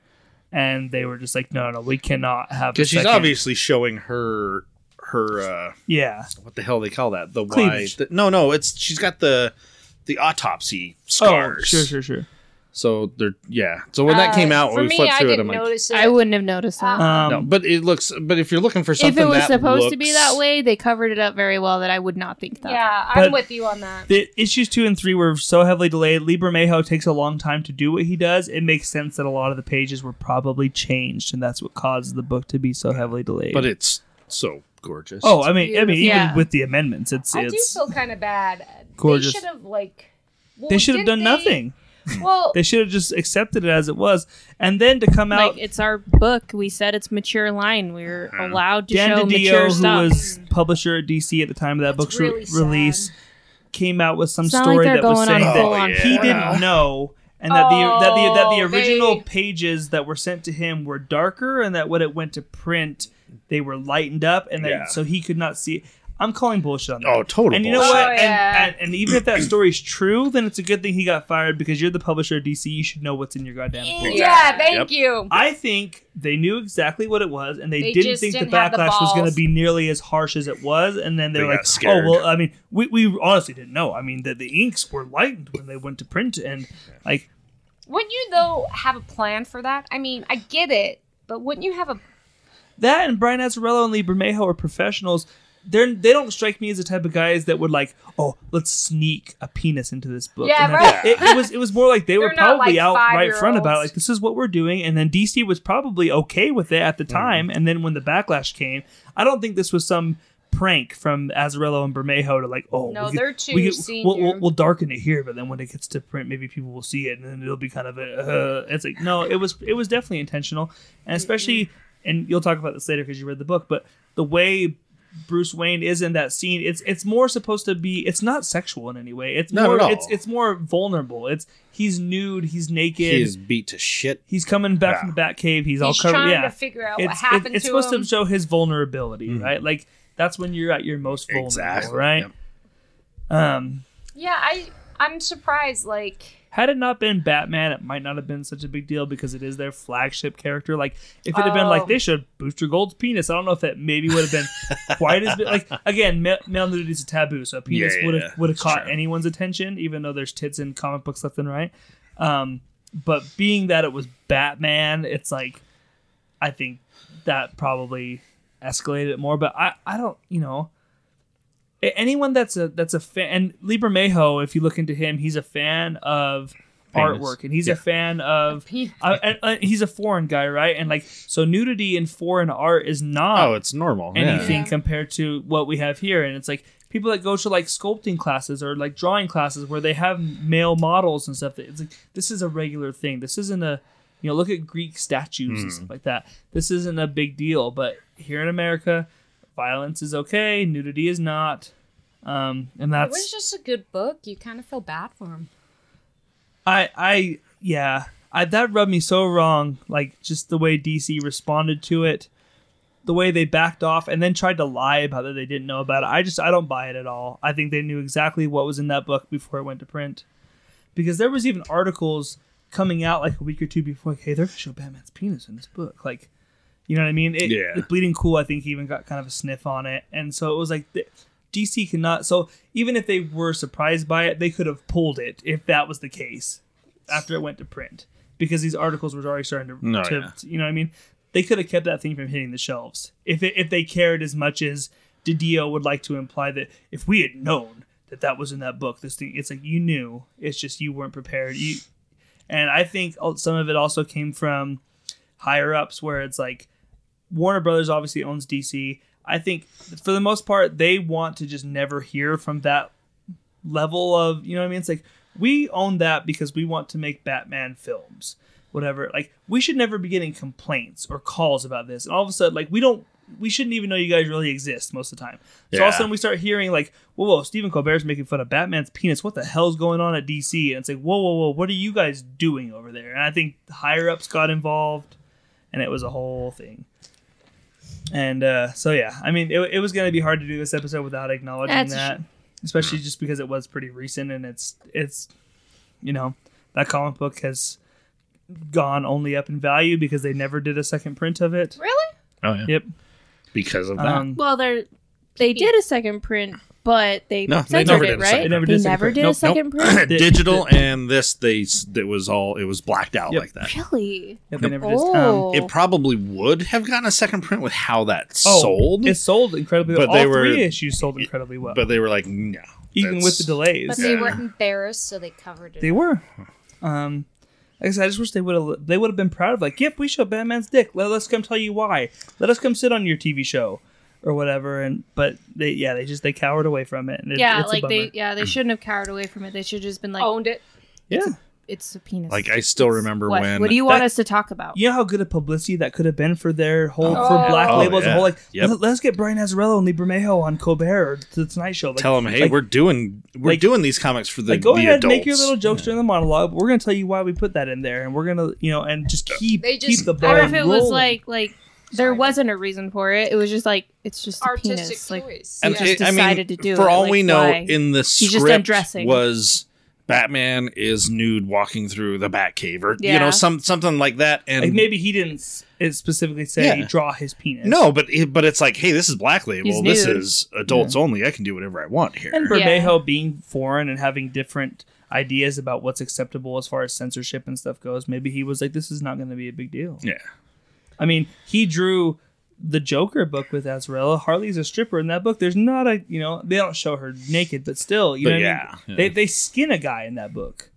E: and they were just like no no we cannot have a
H: because she's
E: second-
H: obviously showing her her uh
E: yeah
H: what the hell they call that the
E: Cleavage.
H: Y. The, no, no, it's she's got the the autopsy
E: oh
H: scars.
E: sure sure sure
H: So they're yeah. So when that came
G: Uh,
H: out,
G: for
H: when we
G: me,
H: flipped
G: I
H: through it,
G: didn't
H: I'm like,
G: notice it.
F: I wouldn't have noticed
G: Uh,
F: that.
E: um
H: no. But it looks. But if you're looking for
F: if
H: something,
F: it was
H: that
F: supposed to be
H: looks-
F: that way, they covered it up very well that I would not think that.
G: Yeah,
E: But-
G: I'm with you on that.
E: the issues two and three were so heavily delayed. Libra Mayo takes a long time to do what he does. It makes sense that a lot of the pages were probably changed, and that's what caused the book to be so heavily delayed.
H: But it's so gorgeous.
E: oh, I mean, I mean, even
F: Yeah.
E: with the amendments, it's
G: I do
E: it's
G: feel kind of bad.
E: gorgeous.
G: They should have like. well,
E: they should have done
G: didn't they-
E: nothing.
G: Well,
E: They should have just accepted it as it was, and then to come out
F: Like it's our book. We said it's mature line. We're
H: Uh-huh.
F: allowed to
E: Dan
F: show mature
E: DiDio, who
F: stuff.
E: was publisher at DC at the time of that book's
G: That's
E: re-
G: really sad.
E: release, came out with some
F: It's not like
E: story
F: they're
E: that was
F: going on
E: saying that
F: full on
E: he
F: porno.
E: didn't know, and that the that the that the
G: Oh,
E: original
G: they-
E: pages that were sent to him were darker, and that when it went to print, they were lightened up, and that
H: Yeah.
E: so he could not see. I'm calling bullshit on that.
H: Oh, total
E: And you know
H: bullshit.
E: what?
G: Oh,
E: And-
G: yeah.
E: and, and even if that story's true, then it's a good thing he got fired because you're the publisher of DC. You should know what's in your goddamn book.
G: yeah, thank
H: Yep.
G: you.
E: I think they knew exactly what it was, and they,
G: They
E: didn't
G: just
E: think
G: didn't
E: the
G: have the
E: backlash was going to
G: balls.
E: be nearly as harsh as it was. And then they're
H: They
E: like,
H: got scared.
E: "Oh well, I mean, we, we honestly didn't know. I mean, that the inks were lightened when they went to print, and like,
G: Wouldn't you though have a plan for that? I mean, I get it, but wouldn't you have a?
E: that and Brian Azzarello and Lee Bermejo are professionals. They're they don't strike me as the type of guys that would like, oh, let's sneak a penis into this book.
G: Yeah,
E: And then-
G: right.
E: It, it was it was more like they were
G: They're not,
E: probably
G: like,
E: out right front
G: five-year-olds.
E: about it, like this is what we're doing, and then DC was probably okay with it
H: Hmm.
E: at the time, and then when the backlash came, I don't think this was some prank from Azarello and Bermejo to like, oh,
G: No,
E: we could-
G: they're too
E: we could- we'll, we'll,
G: senior.
E: we'll darken it here, but then when it gets to print, maybe people will see it, and then it'll be kind of a. Uh, it's like no, it was it was definitely intentional, and especially, and you'll talk about this later because you read the book, but the way Bruce Wayne is in that scene, it's it's more supposed to be. It's not sexual in any way. It's
H: Not
E: more.
H: at all.
E: It's it's more vulnerable. It's he's nude. He's naked.
H: He is beat to shit.
E: he's coming back
H: Yeah.
E: from the Batcave. He's, all
G: He's
E: covered.
G: trying
E: Yeah,
G: to figure out
E: it's,
G: what
E: it-
G: happened
E: it's
G: to
E: supposed
G: him.
E: to show his vulnerability, right? Like that's when you're at your most vulnerable,
H: Hmm. Exactly.
E: right?
H: Yep.
E: Um,
G: yeah, I I'm surprised. Like,
E: had it not been Batman, it might not have been such a big deal because it is their flagship character. Like, if it had been
G: Oh.
E: like they should Booster Gold's penis, I don't know if that maybe would have been quite as big. Like again, ma- male nudity is a taboo, so a penis
H: Yeah, yeah,
E: would
H: yeah.
E: have would have
H: It's
E: caught
H: true.
E: anyone's attention, even though there's tits in comic books left and right. Um, but being that it was Batman, it's like I think that probably escalated it more. But I, I don't, you know, a- anyone that's a that's a fan and Libra Mayo, if you look into him, he's a fan of
H: Famous.
E: artwork and he's
H: Yeah.
E: a fan of.
G: he,
E: Uh, and, uh, he's a foreign guy, right? And like, so nudity in foreign art is not
H: Oh, it's normal. yeah.
E: anything compared to what we have here. And it's like people that go to like sculpting classes or like drawing classes where they have male models and stuff. that- It's like this is a regular thing. This isn't a you know look at Greek statues and stuff like that. This isn't a big deal. But here in America, violence is okay, nudity is not. Um, and
G: it was
E: that's
G: just a good book. You kind of feel bad for him.
E: I I yeah. I, that rubbed me so wrong, like just the way DC responded to it, the way they backed off and then tried to lie about that they didn't know about it. I just I don't buy it at all. I think they knew exactly what was in that book before it went to print, because there was even articles coming out like a week or two before, like, hey, they're gonna show Batman's penis in this book, like, you know what I mean? It,
H: Yeah.
E: it- Bleeding Cool, I think, even got kind of a sniff on it, and so it was like. th- DC cannot. So even if they were surprised by it, they could have pulled it if that was the case after it went to print because these articles were already starting to,
H: No,
E: to
H: yeah.
E: you know what I mean? They could have kept that thing from hitting the shelves if it, if they cared as much as Didio would like to imply that if we had known that that was in that book, this thing it's like you knew. It's just you weren't prepared. You And I think al- some of it also came from higher ups where it's like Warner Brothers obviously owns DC. I think for the most part, they want to just never hear from that level of, you know what I mean? It's like, we own that because we want to make Batman films, whatever. Like, we should never be getting complaints or calls about this. And all of a sudden, like, we don't, we shouldn't even know you guys really exist most of the time. So all of a
H: Yeah.
E: sudden, we start hearing, like, whoa, whoa, Stephen Colbert's making fun of Batman's penis. What the hell's going on at DC? And it's like, whoa, whoa, whoa, what are you guys doing over there? And I think higher ups got involved and it was a whole thing. And uh, so yeah, I mean, it, it was gonna be hard to do this episode without acknowledging
F: That's a
E: that, especially just because it was pretty recent and it's it's, you know, that comic book has gone only up in value because they never did a second print of it.
G: Really?
H: Oh yeah.
E: Yep.
H: Because of that.
E: Um,
F: Well, they they did a second print, but they
H: No, they
F: censored
H: never
F: it,
H: did a
F: right?
H: second
E: They never did a second print.
F: a
E: Nope,
F: second print.
H: Digital and this they s- it was all it was blacked out
E: Yep.
H: like that.
F: Really?
E: yeah, they never did. Um,
F: Oh,
H: It probably would have gotten a second print with how that
E: oh,
H: sold,
E: It sold incredibly well.
H: But they
E: All
H: were-
E: three issues sold incredibly well,
H: but they were like, no,
E: even with
H: that's-
E: the delays.
G: But they
H: Yeah.
G: were embarrassed, so they covered it.
E: They were. Um, like I said, I just wish they would have. They would have been proud of like, yep, we show Batman's dick. Let us come tell you why. Let us come sit on your TV show or whatever. And but they, yeah, they just they cowered away from it. And it-
F: yeah,
E: it's a
F: like they
E: bummer.
F: yeah they shouldn't have cowered away from it. They should have just been like,
G: Owned it.
E: yeah.
F: it's a penis.
H: Like I still remember
F: what?
H: when.
F: What do you want
E: that-
F: us to talk about?
E: You know how good a publicity that could have been for their whole
G: Oh,
E: for
G: yeah.
E: Black
H: Oh,
E: Label as a
H: yeah.
E: whole. Like,
H: Yep.
E: let, us get Brian Azzarello and Lee Bermejo on Colbert or the Tonight Show. Like,
H: tell them, hey,
E: like-
H: we're doing we're
E: like-
H: doing these comics for the
E: like go
H: the
E: ahead and
H: adults.
E: make your little jokes during the monologue. But we're gonna tell you why we put that in there, and we're gonna you know and just keep
G: They just-
E: keep the ball
F: or if it was
E: rolling.
F: like like there wasn't a reason for it. It was just like it's just a
G: Artistic
F: penis. Like
G: choice.
H: And
F: just
H: it- I mean,
F: decided to do
H: for
F: it,
H: all
F: like,
H: we know,
F: why?
H: in the
F: He's
H: script
F: just undressing.
H: was Batman is nude walking through the Batcave, or you
F: Yeah.
H: know, some something like that. And
E: Like maybe he didn't s- it specifically say
H: Mm-hmm. Yeah.
E: draw his penis.
H: no, but it, but it's like, hey, this is Black
F: He's
H: Label. This
F: nude.
H: is adults only. I can do whatever I want here.
E: And
F: Yeah.
E: Bermejo being foreign and having different ideas about what's acceptable as far as censorship and stuff goes, maybe he was like, this is not going to be a big deal.
H: yeah,
E: I mean, he drew the Joker book with Azarella. Harley's a stripper in that book. There's not a, you know, they don't show her naked, but still, you
H: But
E: know, what I
H: yeah,
E: mean?
H: yeah.
E: They, they skin a guy in that book.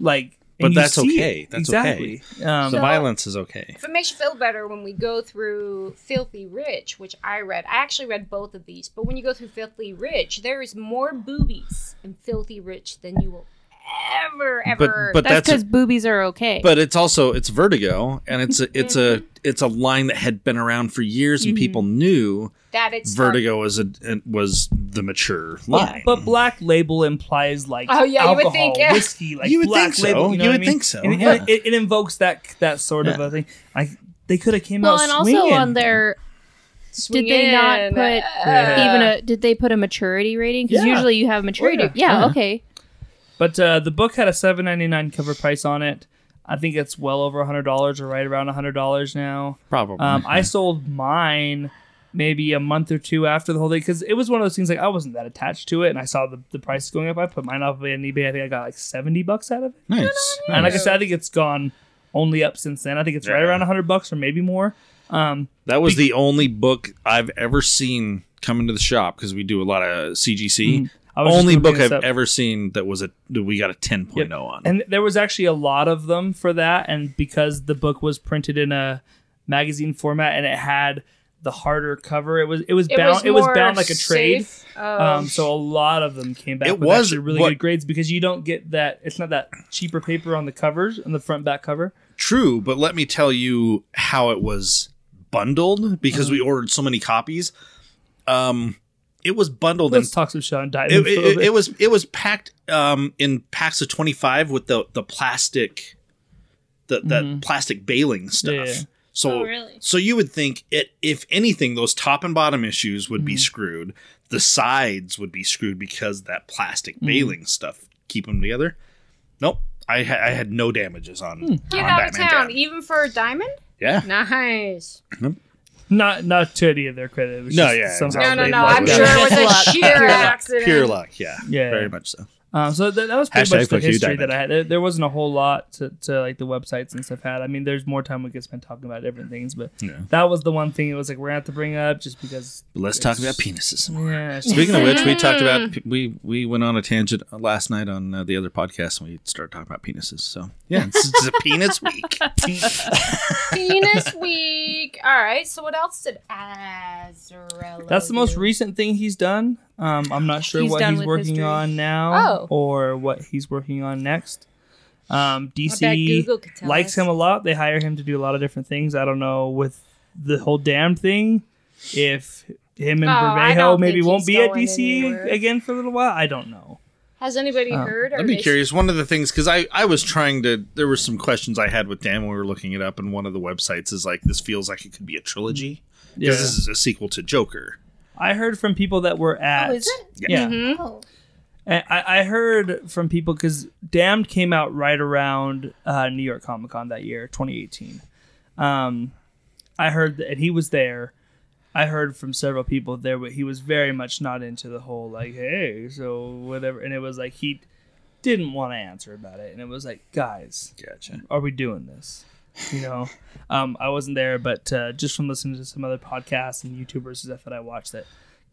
E: Like,
H: But
E: and you
H: that's
E: see
H: okay.
E: it.
H: That's
E: exactly. Um,
H: the violence is okay.
G: If it makes you feel better when we go through Filthy Rich, which I read, I actually read both of these, but when you go through Filthy Rich, there is more boobies in Filthy Rich than you will ever, ever.
H: but
F: that's
H: that's
F: because boobies are okay.
H: but it's also it's vertigo and it's a it's a it's a line that had been around for years
F: Mm-hmm.
H: and people knew
G: that it's um,
H: vertigo was a it was the mature line
E: But Black Label implies like
G: Oh, yeah, you would
E: alcohol,
G: think, yeah.
E: whiskey, like
H: You would
E: Black
H: think so.
E: Label. You, know what I
H: You would
E: mean?
H: think so,
E: And It,
H: yeah.
E: it, it invokes that that sort of a thing. Like they could have came
F: well,
E: out
F: and
E: swinging.
F: also on their
G: Swing
F: did they not
G: in.
F: put even a did they put a maturity rating? Because
E: Yeah. Oh,
F: usually you have maturity.
E: yeah.
F: yeah. okay.
E: But uh, the book had a seven ninety nine cover price on it. I think it's well over hundred dollars or right around hundred dollars now.
H: probably
E: Um, I sold mine maybe a month or two after the whole thing because it was one of those things like I wasn't that attached to it, and I saw the, the price going up. I put mine off of eBay. I think I got like seventy bucks out of it.
H: nice
E: And like I said, I think it's gone only up since then. I think it's right
H: Yeah.
E: around 100 bucks or maybe more. Um,
H: that was the only book i've ever seen come into the shop because we do a lot of cgc
E: Mm-hmm. I was just
H: only
E: looking
H: book
E: this
H: i've
E: up.
H: ever seen that was a that we got a 10.0 on
E: And there was actually a lot of them for that. And because the book was printed in a magazine format and it had the harder cover, it was it was
G: It
E: bound
G: was
E: it was
G: more
E: bound like a trade.
G: safe. Oh.
E: Um, so a lot of them came back.
H: It
E: with
H: was
E: actually really
H: what-
E: good grades because you don't get that. It's not that cheaper paper on the covers on the front back cover.
H: True, but let me tell you how it was bundled because
E: Uh-huh.
H: we ordered so many copies. Um, it was bundled in.
E: Let's talk some shit on diet.
H: It, it- it was it was packed um, in packs of twenty five with the the plastic, the that plastic baling stuff.
E: Mm-hmm. Yeah.
H: So
F: Oh, really?
H: so you would think it if anything those top and bottom issues would be
E: Mm-hmm.
H: screwed, the sides would be screwed because that
E: Mm-hmm.
H: plastic baling stuff keep them together. Nope, I ha- I had no damages
E: Hmm.
H: on,
G: Get
H: on
G: out of
H: Batman
G: town,
H: Dam.
G: even for a diamond?
H: Yeah.
G: Nice.
E: not not to any of their credit. It was
H: No,
E: just
H: yeah,
E: somehow
G: No,
E: they
G: no,
H: exactly.
G: no.
E: lucked
G: I'm
E: out.
G: sure it was a sheer
H: Pure luck.
G: accident.
H: Pure luck, yeah.
E: Yeah.
H: Very much so.
E: Um, so th- that was pretty
H: Hashtag
E: much the
H: fuck you,
E: history
H: Diamond.
E: that I had. There, there wasn't a whole lot to, to like the websites and stuff had. I mean, there's more time we could spend talking about different things, but
H: Yeah.
E: that was the one thing it was like we're gonna have to bring up just because.
H: But let's talk about penises some more.
E: Yeah, it's-
H: Speaking of which, we talked about we we went on a tangent last night on uh, the other podcast, and we started talking about penises. So yeah, it's, it's a penis week.
G: Penis week. All right. So what else did Azarello?
E: that's the most
G: do?
E: recent thing he's done. Um, I'm not sure
F: He's
E: what
F: done
E: he's
F: with
E: working
F: history.
E: on now
G: Oh.
E: or what he's working on next. Um,
G: bet
E: DC
G: Google could tell
E: likes
G: us.
E: him a lot. They hire him to do a lot of different things. I don't know with the whole damn thing if him and
G: Oh, I
E: Bermejo
G: don't
E: maybe
G: think
E: won't
G: he's
E: be at
G: going
E: DC
G: anywhere.
E: again for a little while. I don't know.
G: Has anybody
E: Oh.
G: heard? or
H: I'd be
G: they-
H: curious. One of the things because I I was trying to there were some questions I had with Dan when we were looking it up, and one of the websites is like this feels like it could be a trilogy
E: Yeah.
H: because this is a sequel to Joker.
E: I heard from people that were at.
F: Oh, is it? Mm-hmm.
E: Yeah.
G: Mhm.
E: And I, I heard from people because Damned came out right around uh, New York Comic Con that year, 2018. Um, I heard that and he was there. I heard from several people there, but he was very much not into the whole like, hey, so whatever. And it was like he didn't want to answer about it, and it was like, guys,
H: Gotcha.
E: are we doing this? You know, um, I wasn't there, but uh, just from listening to some other podcasts and YouTubers and stuff that I watch that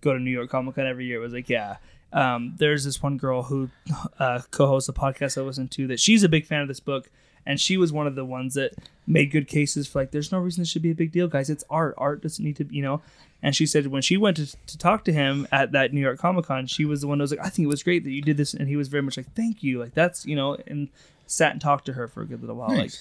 E: go to New York Comic Con every year, it was like, yeah. Um, there's this one girl who uh, co-hosts a podcast I listen to that she's a big fan of this book, and she was one of the ones that made good cases for like, there's no reason this should be a big deal, guys. It's art. Art doesn't need to, be you know. And she said when she went to, to talk to him at that New York Comic Con, she was the one that was like, I think it was great that you did this, and he was very much like, thank you, like that's you know, and sat and talked to her for a good little while, like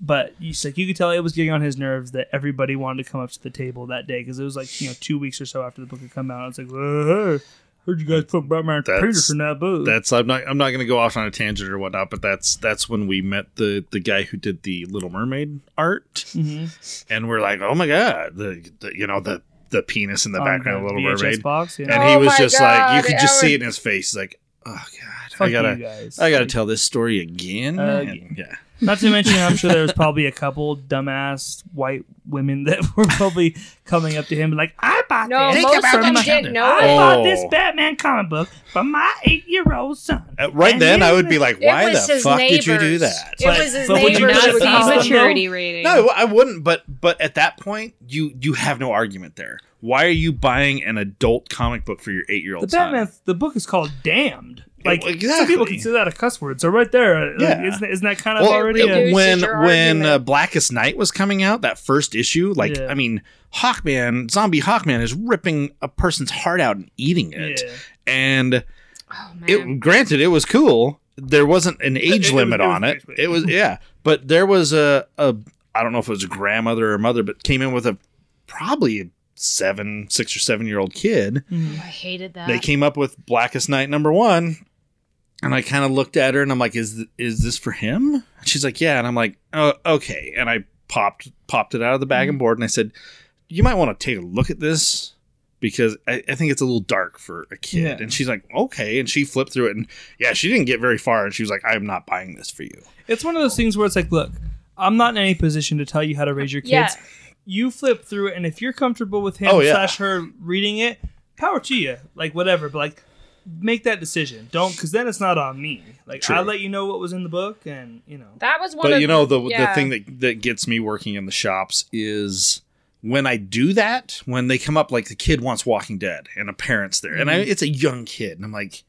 E: but you like you could tell it was getting on his nerves that everybody wanted to come up to the table that day because it was like you know two weeks or so after the book had come out. It's like, "Uh, hey, heard you guys put Batman and
H: That's-
E: Peter in that book.
H: That's I'm not I'm not going to go off on a tangent or whatnot, but that's that's when we met the the guy who did the Little Mermaid art,
E: Mm-hmm.
H: and we're like, oh my god, the, the you know the the penis in Oh, the
E: On
H: background of Little
E: VHS
H: Mermaid,
E: box. Yeah.
H: and
G: Oh
H: he was
G: my
H: just
G: God,
H: like, you could just
G: Eric.
H: see it in his face, He's like, oh god,
E: Fuck
H: I
E: you
H: gotta
E: guys.
H: I gotta tell this story again,
E: Uh,
H: And- yeah.
E: Not to mention, I'm sure there was probably a couple dumbass white women that were probably coming up to him and like, I bought
G: No,
E: this.
G: most
E: from
G: of them
E: my-
G: didn't know.
E: I
H: Oh.
G: it.
E: bought this Batman comic book from my eight-year-old son.
H: Uh, right
E: And
H: then, I
E: then-
H: would be like,
G: It
H: "Why
G: was
H: the
G: his
H: fuck did you do
G: neighbors.
H: that?"
G: It was his
E: But would you
G: neighbors.
E: not
G: who
E: see
G: called
E: the
G: him.
E: children?
F: maturity rating.
H: No, I wouldn't. But but at that point, you you have no argument there. Why are you buying an adult comic book for your eight year
E: The
H: old son?
E: Batman, the book is called Damned. Like some
H: exactly.
E: people consider that a cuss word. So right there, like,
H: Yeah.
E: isn't, isn't that kind of
H: well,
E: already?
H: it-
E: a-
G: Reduces
H: when
G: your
H: when uh,
G: argument.
H: Blackest Night was coming out, that first issue, like
E: Yeah.
H: I mean, Hawkman, zombie Hawkman is ripping a person's heart out and eating it,
E: Yeah.
H: and
G: Oh, man.
H: it granted it was cool there wasn't an age
E: it was-
H: limit
E: it was
H: on it
E: basically-
H: it was yeah but there was a, a i don't know if it was a grandmother or mother but came in with a probably a seven six or seven year old kid
G: I hated that.
H: they came up with blackest night number one and i kind of looked at her and i'm like is th- is this for him and she's like yeah and i'm like oh okay and i popped popped it out of the bag and board and i said you might want to take a look at this because I, I think it's a little dark for a kid.
E: Yeah.
H: And she's like, okay. And she flipped through it. And yeah, she didn't get very far. And she was like, I'm not buying this for you.
E: It's one of those things where it's like, look, I'm not in any position to tell you how to raise your kids.
F: Yeah.
E: You flip through it, and if you're comfortable with him
H: Oh, yeah.
E: slash her reading it, power to you. Like whatever, but like make that decision. Don't because then it's not on me. Like
H: True.
E: I'll let you know what was in the book, and you know.
G: that was one.
H: But
G: of,
H: you know, the, the
G: yeah.
H: thing that, that gets me working in the shops is when I do that, when they come up, like the kid wants Walking Dead and a parent's there. And I,
F: Mm-hmm.
H: it's a young kid. And I'm like,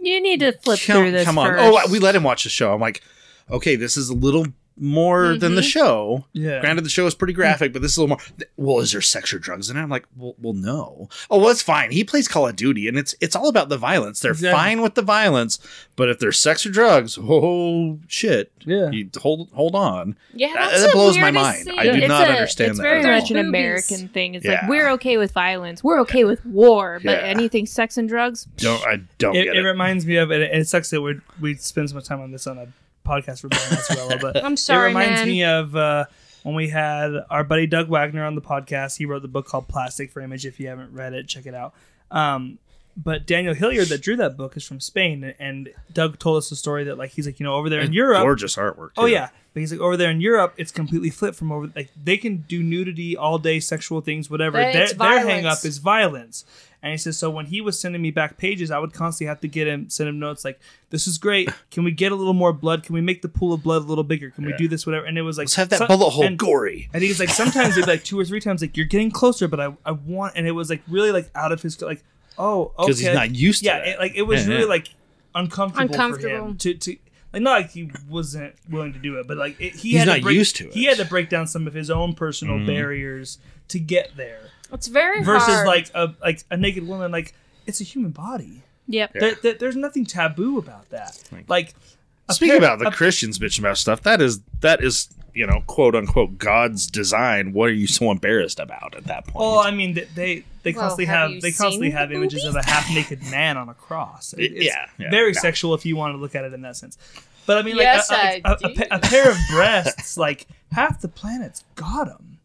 F: You need to flip
H: come,
F: through this
H: come on.
F: first.
H: Oh, we let him watch the show. I'm like, okay, this is a little more than
F: Mm-hmm.
H: the show.
E: Yeah.
H: Granted, the show is pretty graphic, but this is a little more. th- Well, is there sex or drugs in it? I'm like, well, well, no. Oh, well, it's fine. He plays Call of Duty, and it's it's all about the violence. They're
E: Exactly.
H: fine with the violence, but if there's sex or drugs, oh shit,
E: Yeah.
H: you hold hold on.
G: yeah,
H: that-
G: that's
H: that
G: the
H: blows my
G: weirdest
H: mind.
G: Scene.
H: I do
F: it's
H: not
F: a,
H: understand
F: it's
H: that
F: very
H: at
F: much
G: all.
F: an
G: There's boobies.
F: American thing. It's
H: Yeah.
F: like we're okay with violence, we're okay with war, but
H: Yeah.
F: anything sex and drugs,
H: Don't I don't
E: It,
H: get
E: it,
H: it.
E: reminds me of, and it, and it sucks that we we spend so much time on this on a podcast for Venezuela, but
G: I'm sorry,
E: it reminds
G: man.
E: me of uh, when we had our buddy Doug Wagner on the podcast. He wrote the book called Plastic for Image. If you haven't read it, check it out. Um, But Daniel Hilliard, that drew that book, is from Spain, and Doug told us a story that like he's like you know over there in Europe,
H: Gorgeous artwork.
E: Oh
H: too.
E: yeah, but he's like over there in Europe, it's completely flipped from over. Like they can do nudity all day, sexual things, whatever.
G: But
E: Their,
G: it's
E: their hang
G: violence.
E: up is violence. And he says so when he was sending me back pages, I would constantly have to get him send him notes like, "This is great. Can we get a little more blood? Can we make the pool of blood a little bigger? Can we do this? Whatever." And it was like
H: Let's have that
E: so-
H: bullet hole
E: and-
H: gory.
E: and he's like, sometimes it'd be like two or three times, like, you're getting closer, but I, I want, and it was like really like out of his, like, oh, okay.
H: 'Cause he's not used to
E: Yeah,
H: that.
E: it, like it was
H: Yeah,
E: really
H: yeah.
E: like uncomfortable, for
G: Uncomfortable.
E: him to, to, like, not like he wasn't willing to do it, but like it, he
H: He's
E: had to
H: not
E: break,
H: used to
E: He
H: it. Mm-hmm.
E: had to break down some of his own personal barriers to get there
G: It's very
E: versus
G: hard.
E: like a, like a naked woman, like, it's a human body.
F: Yep.
E: There, there- there's nothing taboo about that. Like, a pair-
H: Speaking about the
E: a-
H: Christians bitching about stuff, that is that is you know quote unquote God's design. What are you so embarrassed about at that point?
E: Well, Oh, I mean, th- they they
G: Well,
E: constantly
G: have
E: have,
G: you
E: they constantly
G: seen
E: have
G: the
E: images of a half naked man on a cross. It-
H: Y-
E: it's
H: yeah, yeah,
E: very
H: no.
E: sexual if you want to look at it in that sense. But I mean, like
G: Yes,
E: a,
G: I
E: a, a- a
G: do.
E: pa- a pair of breasts, like half the planet's got them.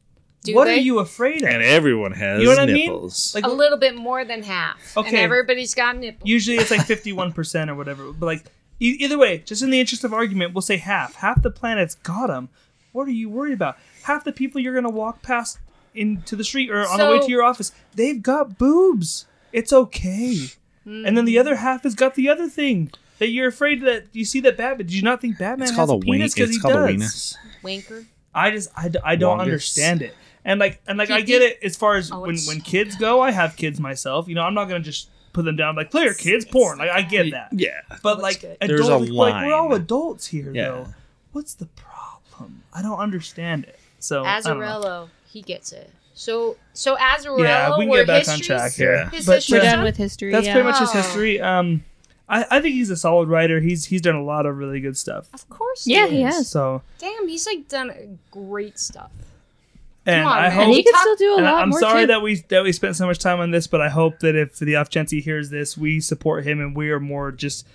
G: Do
E: what
G: they?
E: are you afraid of?
H: and everyone has
E: You know what I mean?
H: nipples.
E: Like
G: a little bit more than half. And
E: Okay.
G: everybody's got nipples.
E: usually it's like fifty one percent or whatever. But like e- either way, just in the interest of argument, we'll say half. Half the planet's got them. What are you worried about? Half the people you're gonna walk past into the street or on the way
G: So-
E: to your office, they've got boobs. It's okay. And then the other half has got the other thing that you're afraid that you see that Batman. Did you not think Batman
H: it's
E: has
H: called
E: a
H: a ween-
E: penis
H: It's
E: because he
H: called
E: does?
H: a weenus.
G: Wanker.
E: I just I, d- I don't
H: Wongus.
E: understand it. And like and like I get it as far as
G: Oh,
E: when
G: it's-
E: when kids go, I have kids myself. You know, I'm not gonna just put them down like clear kids porn. Like I get that.
H: Yeah,
E: But like
G: good.
E: adult,
H: There's a
E: like, like, we're all
H: line.
E: adults here
H: Yeah.
E: though. What's the problem? I don't understand it. So I don't know.
G: Azarello, he gets it. So so Azarello,
E: Yeah, we can
G: were
E: get back on
G: history's-
E: track
H: Yeah.
E: here.
G: his
E: But,
G: history
F: We're
E: uh,
G: stuff?
F: done with history.
E: That's
F: yeah.
E: pretty much his
G: Oh.
E: history. Um I, I think he's a solid writer. He's he's done a lot of really good stuff.
G: Of course.
F: Yeah, he
G: is.
F: has.
E: So
G: Damn, he's like done great stuff.
E: and
G: on,
E: I
G: man.
E: hope
F: and he could
G: talk-
F: still do a
E: And
F: lot
E: I- I'm
F: more.
E: sorry
F: too.
E: that we that we spent so much time on this, but I hope that if the off chance he hears this, we support him and we are more just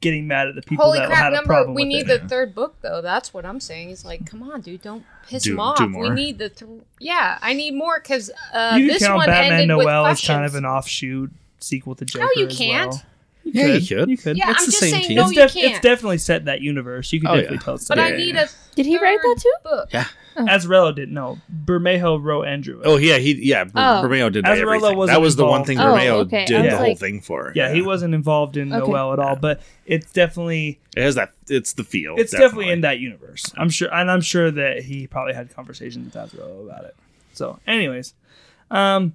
E: getting mad at the people
G: Holy
E: that
G: crap!
E: had a
G: Number
E: problem
G: we
E: with
G: need
E: it.
G: the third book though. That's what I'm saying. It's like, come on, dude, don't piss
H: Do-
G: him off.
H: do
G: We
H: more.
G: need the th- yeah. I need more because uh,
E: you can
G: this
E: count
G: one
E: Batman
G: ended with
E: Noel as
G: questions.
E: kind of an offshoot sequel to Joker.
G: you
E: as
G: can't.
E: well.
H: yeah, you could.
E: You could.
G: Yeah,
H: It's
G: I'm
H: the
G: just
H: same
G: saying
H: team.
G: no.
E: it's,
G: you
E: def-
G: can't.
E: it's definitely set in that universe. You could
H: Oh,
E: definitely
H: yeah.
E: tell it's
G: but
E: set
G: I
E: in
G: need
E: that
G: a.
F: Did he write that
G: third
F: too?
G: Book.
H: Yeah.
E: universe. Azarello didn't. No, Bermejo wrote and drew it.
H: Oh yeah, he yeah. Br-
F: Oh.
H: Bermeo did
E: Azarello
H: everything.
E: wasn't
H: That was the one
E: involved.
H: thing
F: Oh,
H: Bermeo
F: okay. I
H: did
E: was
H: the whole
F: like-
H: thing for.
E: yeah, he wasn't involved in
F: Okay.
E: Noel at all, but it's definitely
H: It has that. It's the feel.
E: it's definitely. in that universe. I'm sure, and I'm sure that he probably had conversations with Azrael about it. So, anyways, um,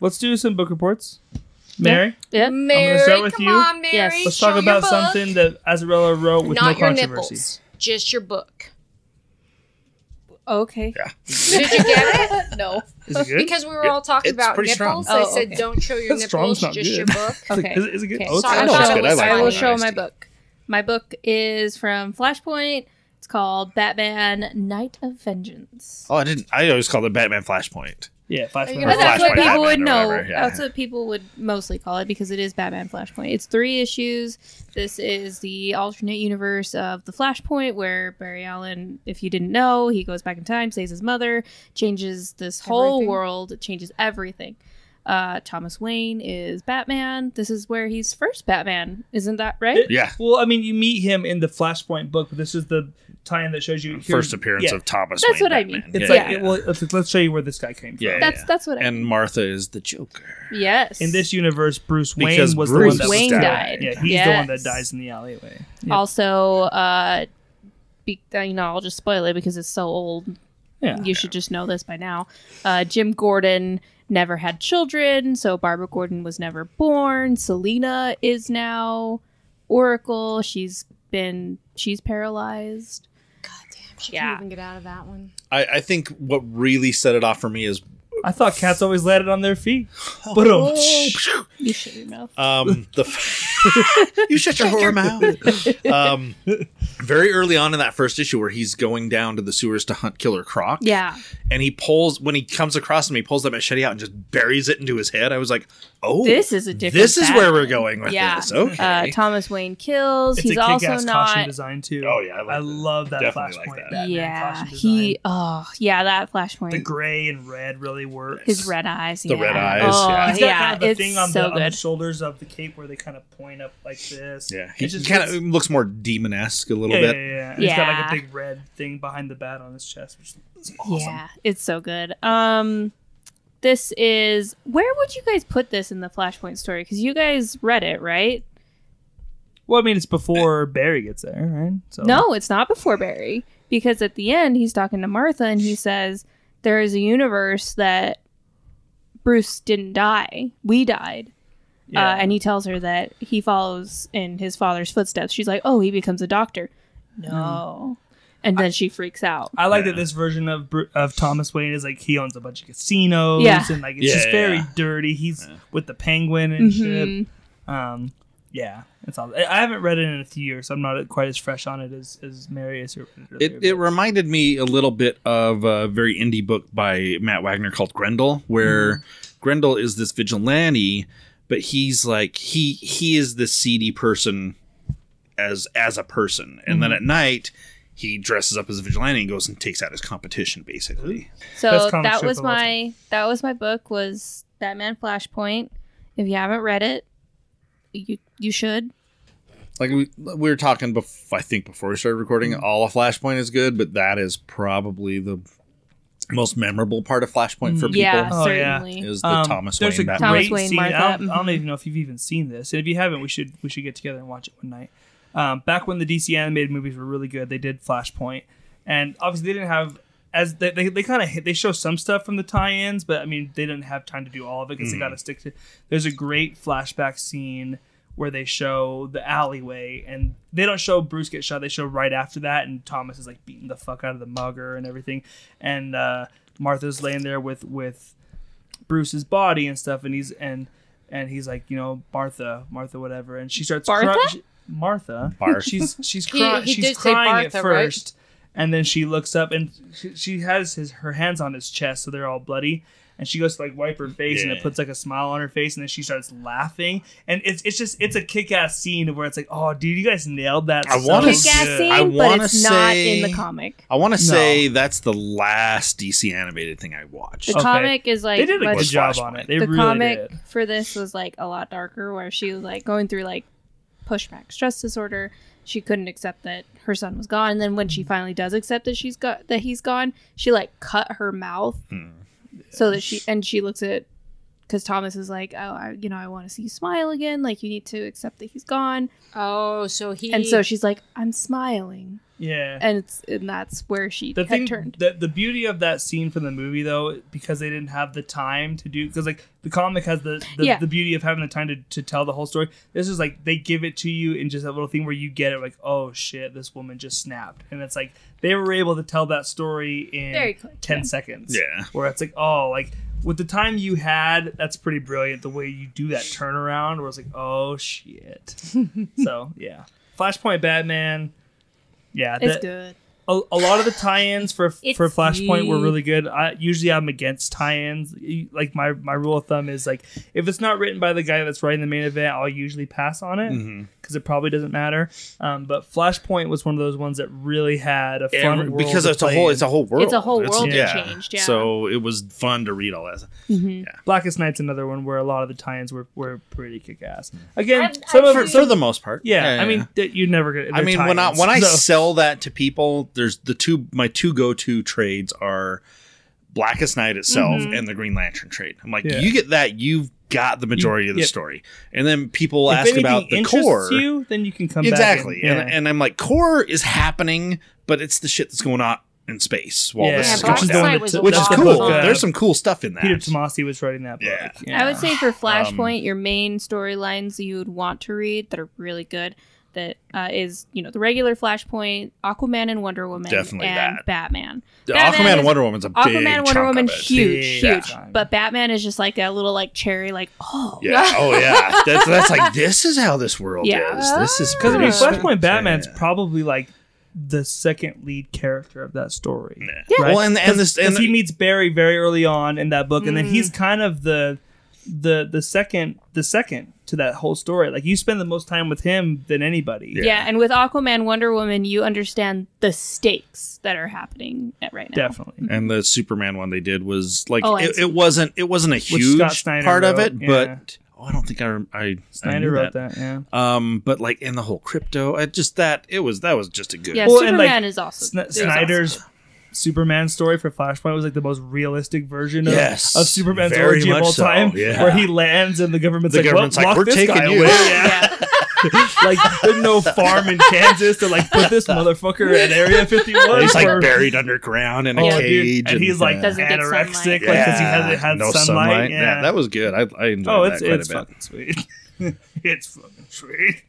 E: let's do some book reports. Mary,
F: Yeah.
G: Mary,
E: start with
G: come
E: you.
G: on, Mary.
F: Yes.
E: let's talk
G: show your
E: about
G: book.
E: something that Azarello wrote with
G: Not
E: no
G: your
E: controversy.
G: nipples, just your book.
F: Okay.
G: Did you get it?
F: No.
E: Is it good?
G: Because we were all talking
H: It's
G: about
H: pretty
G: nipples.
H: strong.
G: I
F: Oh,
G: said,
F: okay.
G: don't show your
E: That's strong,
G: nipples,
E: it's not
G: just
E: good.
G: your book.
F: Okay.
E: Is it- is it good?
F: Okay.
E: Oh, it's
G: Sorry,
H: I
G: I
H: know it's
G: thought it
H: good. I
G: was
H: like it.
F: I will
G: funny.
H: Flashpoint.
F: show my book. My book is from Flashpoint. It's called Batman: Night of Vengeance.
H: Oh, I didn't. I always called it Batman Flashpoint.
E: yeah, five.
G: you
E: minutes.
H: Or
F: But that's
H: Flashpoint
F: what people
H: Batman
F: would
H: or
F: know.
H: whatever, yeah.
F: That's what people would mostly call it because it is Batman Flashpoint. It's three issues. This is the alternate universe of the Flashpoint where Barry Allen, if you didn't know, he goes back in time, saves his mother, changes this whole
G: Everything.
F: world, it changes everything. Uh, Thomas Wayne is Batman. This is where he's first Batman. Isn't that right?
H: Yeah.
E: Well, I mean, you meet him in the Flashpoint book, but this is the tie-in that shows you here's-
H: First appearance
E: yeah.
H: of Thomas.
F: That's
H: Wayne
F: what I
H: Batman.
F: mean.
E: It's
H: Yeah,
E: like
H: yeah.
E: it- well, it's like, let's show you where this guy came from.
H: Yeah,
F: That's that's what I
H: and Martha is the Joker.
F: Yes.
E: In this universe, Bruce Wayne
H: Because
E: was
H: Bruce
E: the one that
F: Wayne
E: was
F: died.
E: Yeah, he's the one that
F: Yes.
E: dies in the alleyway.
F: Also, uh, be, uh, you know, I'll just spoil it because it's so old.
E: Yeah.
F: you should just know this by now. Uh, Jim Gordon never had children, so Barbara Gordon was never born. Selena is now Oracle. She's been she's paralyzed.
G: She
F: Yeah.
G: can't even get out of that one.
H: I, I think what really set it off for me is
E: I thought cats always landed on their feet. But
H: Oh,
F: You shut your mouth.
H: um the f- you shut your whore mouth. Um, very early on in that first issue, where he's going down to the sewers to hunt Killer Croc,
F: Yeah.
H: and he pulls when he comes across him, he pulls that machete out and just buries it into his head. I was like, oh,
F: This is a different
H: This is where
F: battle.
H: we're going with
F: Yeah.
H: this. Okay,
F: Uh, Thomas Wayne kills.
E: It's
F: He's
E: a kick-ass
F: also
E: costume
F: not.
E: design too.
H: Oh, yeah, I like that.
E: love that
H: Definitely like
E: flashpoint.
H: that.
E: Batman
F: yeah.
E: costume
F: He.
E: design.
F: Oh, yeah. That flashpoint.
E: the gray and red really works.
F: his red eyes.
H: The
F: yeah.
H: red eyes,
F: Oh,
H: yeah.
E: He's got kind of the
F: it's
E: thing on,
F: so
E: the, on the
F: good.
E: shoulders of the cape where they kind of point up like this.
H: yeah,
E: It
H: he
E: just
H: kind of
E: looks-
H: looks more demon esque a little
E: yeah,
H: bit.
E: Yeah, yeah, yeah. He's got like a
F: Yeah.
E: big red thing behind the bat on his chest, which is awesome.
F: Yeah, it's so good. Um, this is where would you guys put this in the Flashpoint story? Because you guys read it, right?
E: Well, I mean, it's before Barry gets there, right? So
H: Oh.
F: No, it's not before Barry because at the end he's talking to Martha and he says there is a universe that Bruce didn't die, we died.
E: yeah.
F: Uh, and he tells her that he follows in his father's footsteps. She's like, "Oh, he becomes a doctor."
H: Hmm.
F: No. And then she freaks out.
E: I like that this version of Bru- of Thomas Wayne is like he owns a bunch of casinos,
F: Yeah.
E: and like it's
H: Yeah,
E: just
H: yeah,
E: very
H: yeah.
E: dirty. He's with the penguin and
F: Mhm.
E: shit. Um, yeah, it's all. I I haven't read it in a few years, so I'm not quite as fresh on it as as Marius. who read earlier,
H: It, it
E: but-
H: reminded me a little bit of a very indie book by Matt Wagner called Grendel, where Grendel is this vigilante, but he's like he he is this seedy person as as a person, and then at night he dresses up as a vigilante and goes and takes out his competition, basically.
F: So
E: Best comic
F: that
E: strip
F: was
E: of all time.
F: my that was my book was Batman Flashpoint. If you haven't read it, you you should.
H: Like we, we were talking, bef- I think before we started recording, all of Flashpoint is good, but that is probably the most memorable part of Flashpoint for people.
F: Yeah,
E: Oh, yeah.
F: certainly.
H: Is the
E: Um,
H: Thomas Wayne
E: there's a
H: Batman.
F: Thomas
E: great
F: Wayne,
E: scene. I
F: Martha, Mm-hmm.
E: don't, I don't even know if you've even seen this. And if you haven't, we should we should get together and watch it one night. Um, back when the DC animated movies were really good, they did Flashpoint, and obviously they didn't have as they they, they kind of they show some stuff from the tie-ins, but I mean they didn't have time to do all of it because
H: Mm.
E: they got to stick to. There's a great flashback scene where they show the alleyway and they don't show Bruce get shot. They show right after that, and Thomas is like beating the fuck out of the mugger and everything, and uh, Martha's laying there with with Bruce's body and stuff, and he's and and he's like, you know, Martha, Martha, whatever, and she starts cry-
F: Bartha?
E: she- Martha.
H: Barth.
E: She's she's
G: He-
E: crying.
G: he
E: she's
G: did say
E: crying at
G: Bartha, right?
E: first, and then she looks up and she, she has his her hands on his chest, so they're all bloody. And she goes to like wipe her face, and
H: Yeah.
E: it puts like a smile on her face, and then she starts laughing. And it's it's just it's a kick ass scene where it's like, oh, dude, you guys nailed that.
H: I
E: so
H: wanna
E: good."
H: s-
F: Kick-ass
H: I
F: scene, but
H: wanna
F: it's not
H: say-
F: in the comic.
H: I want to say that's the last DC animated thing I watched.
F: The comic is like
E: They did a
F: much-
E: good
H: was
E: job
H: Flashpoint.
E: on it. They
F: the
E: really
F: comic
E: did.
F: for this was like a lot darker, where she was like going through like pushback stress disorder. She couldn't accept that her son was gone, and then when she
E: Mm.
F: finally does accept that she's got that he's gone, she like cut her mouth
E: Mm.
F: so that she and she looks at because Thomas is like, oh, I, you know, I want to see you smile again. Like you need to accept that he's gone,
G: Oh, so he
F: and so she's like, I'm smiling,
E: Yeah.
F: and it's and that's where she
E: the
F: had
E: thing
F: turned.
E: The, the beauty of that scene from the movie though because they didn't have the time to do because like the comic has the the,
F: Yeah.
E: the beauty of having the time to, to tell the whole story this is like they give it to you in just that little thing where you get it like oh shit this woman just snapped and it's like they were able to tell that story in
F: Very quick,
E: 10
F: yeah.
E: seconds
H: Yeah.
E: where it's like oh like with the time you had that's pretty brilliant the way you do that turnaround where it's like oh shit so yeah flashpoint batman yeah
F: It's
E: that-
F: good.
E: a, a lot of the tie-ins for
G: It's
E: for Flashpoint were
G: huge.
E: really good. I usually I'm against tie-ins. You- Like my my rule of thumb is like if it's not written by the guy that's writing the main event, I'll usually pass on it
H: Mm-hmm.
E: because it probably doesn't matter. Um, but Flashpoint was one of those ones that really had a fun
H: Every-
E: world
H: because
E: to
H: it's a
E: play
H: whole
E: in.
H: it's a whole world.
F: It's a whole world
E: that
F: changed, yeah.
H: So it was fun to read all that.
E: Blackest Night's another one where a lot of the tie-ins were were pretty kick-ass. Again,
G: I've-
E: some
G: I've
E: of
H: For,
G: heard-
E: some,
H: for the most part,
E: yeah, I mean that you're never gonna.
H: I
E: they're
H: mean when I
E: tie-ins,
H: when I
E: so-
H: sell that to people, there's the two my two go to trades are Blackest Night itself and the Green Lantern trade. I'm like,
E: Yeah.
H: you get that, you've got the majority of the
E: yeah.
H: story, and then people
E: if
H: ask
E: anything
H: about the
E: interests
H: core.
E: you, then you can come
H: exactly,
E: back and-
H: and,
E: yeah.
H: and I'm like, core is happening, but it's the shit that's going on in space while
E: Yeah,
H: this
G: yeah,
H: is
G: Black
H: going down.
G: Knight
E: that
G: was
E: took-
G: a
H: which
E: that's
H: is
G: lot
E: the
G: of
H: cool.
E: book,
G: fun.
E: uh,
H: There's some cool stuff in that.
E: Peter Tomasi was writing that book.
H: Yeah. Um,
F: I would say for Flashpoint, your main storylines that you would want to read that are really good. that uh, is you know the regular Flashpoint, Aquaman and Wonder Woman,
H: Definitely
F: and
H: that.
F: Batman.
H: The
F: Batman
H: Aquaman and
F: is-
H: Wonder Woman's a big
F: Aquaman, and Wonder
H: chunk
F: Woman,
H: of it.
F: huge,
H: Yeah.
F: huge. But Batman is just like a little like cherry, like oh
H: Yeah. Oh yeah. That's that's like this is how this world
F: Yeah.
H: is. This is
E: Because I mean,
H: pretty
E: Flashpoint
H: spectacular.
E: Batman's probably like the second lead character of that story.
H: Yeah.
E: right?
H: Well, and and this and
E: Because he meets Barry very early on in that book, and then he's kind of the the the second the second to that whole story. Like you spend the most time with him than anybody.
F: yeah. And with Aquaman, Wonder Woman, you understand the stakes that are happening at right now.
E: Definitely.
H: and the Superman one they did was like
F: Oh, I
H: it,
F: see.
H: it wasn't it wasn't a
E: Scott
H: huge
E: Snyder
H: part of
E: wrote,
H: it,
E: yeah.
H: but oh, I don't think I rem- I I
E: Snyder
H: knew
E: wrote that. yeah.
H: Um, but like in the whole crypto, I just that it was that was just a good.
F: Yeah,
E: Well, and,
F: Superman
E: like,
F: is also
E: Sn-
F: there's also-
E: Snyder's Superman story for Flashpoint was like the most realistic version of,
H: Yes,
E: of Superman's
H: very
E: orgy of
H: much
E: all
H: so,
E: time,
H: yeah.
E: where he lands and the government's
H: The
E: like,
H: government's
E: well,
H: like,
E: lock
H: "We're
E: this
H: taking
E: guy
H: you."
E: away."
F: yeah.
E: like there's no farm in Kansas to like put this motherfucker in Area 51.
H: And he's like
E: for-
H: buried underground in a
E: Oh, dude.
H: cage, uh,
E: and, he's like
F: Doesn't get
E: anorexic, like
F: sunlight.
E: because he hasn't had
H: no
E: sunlight. Yeah.
H: that was good. I, I enjoyed
E: oh, it's
H: that quite
E: it's
H: a bit.
E: fucking sweet. it's fucking sweet.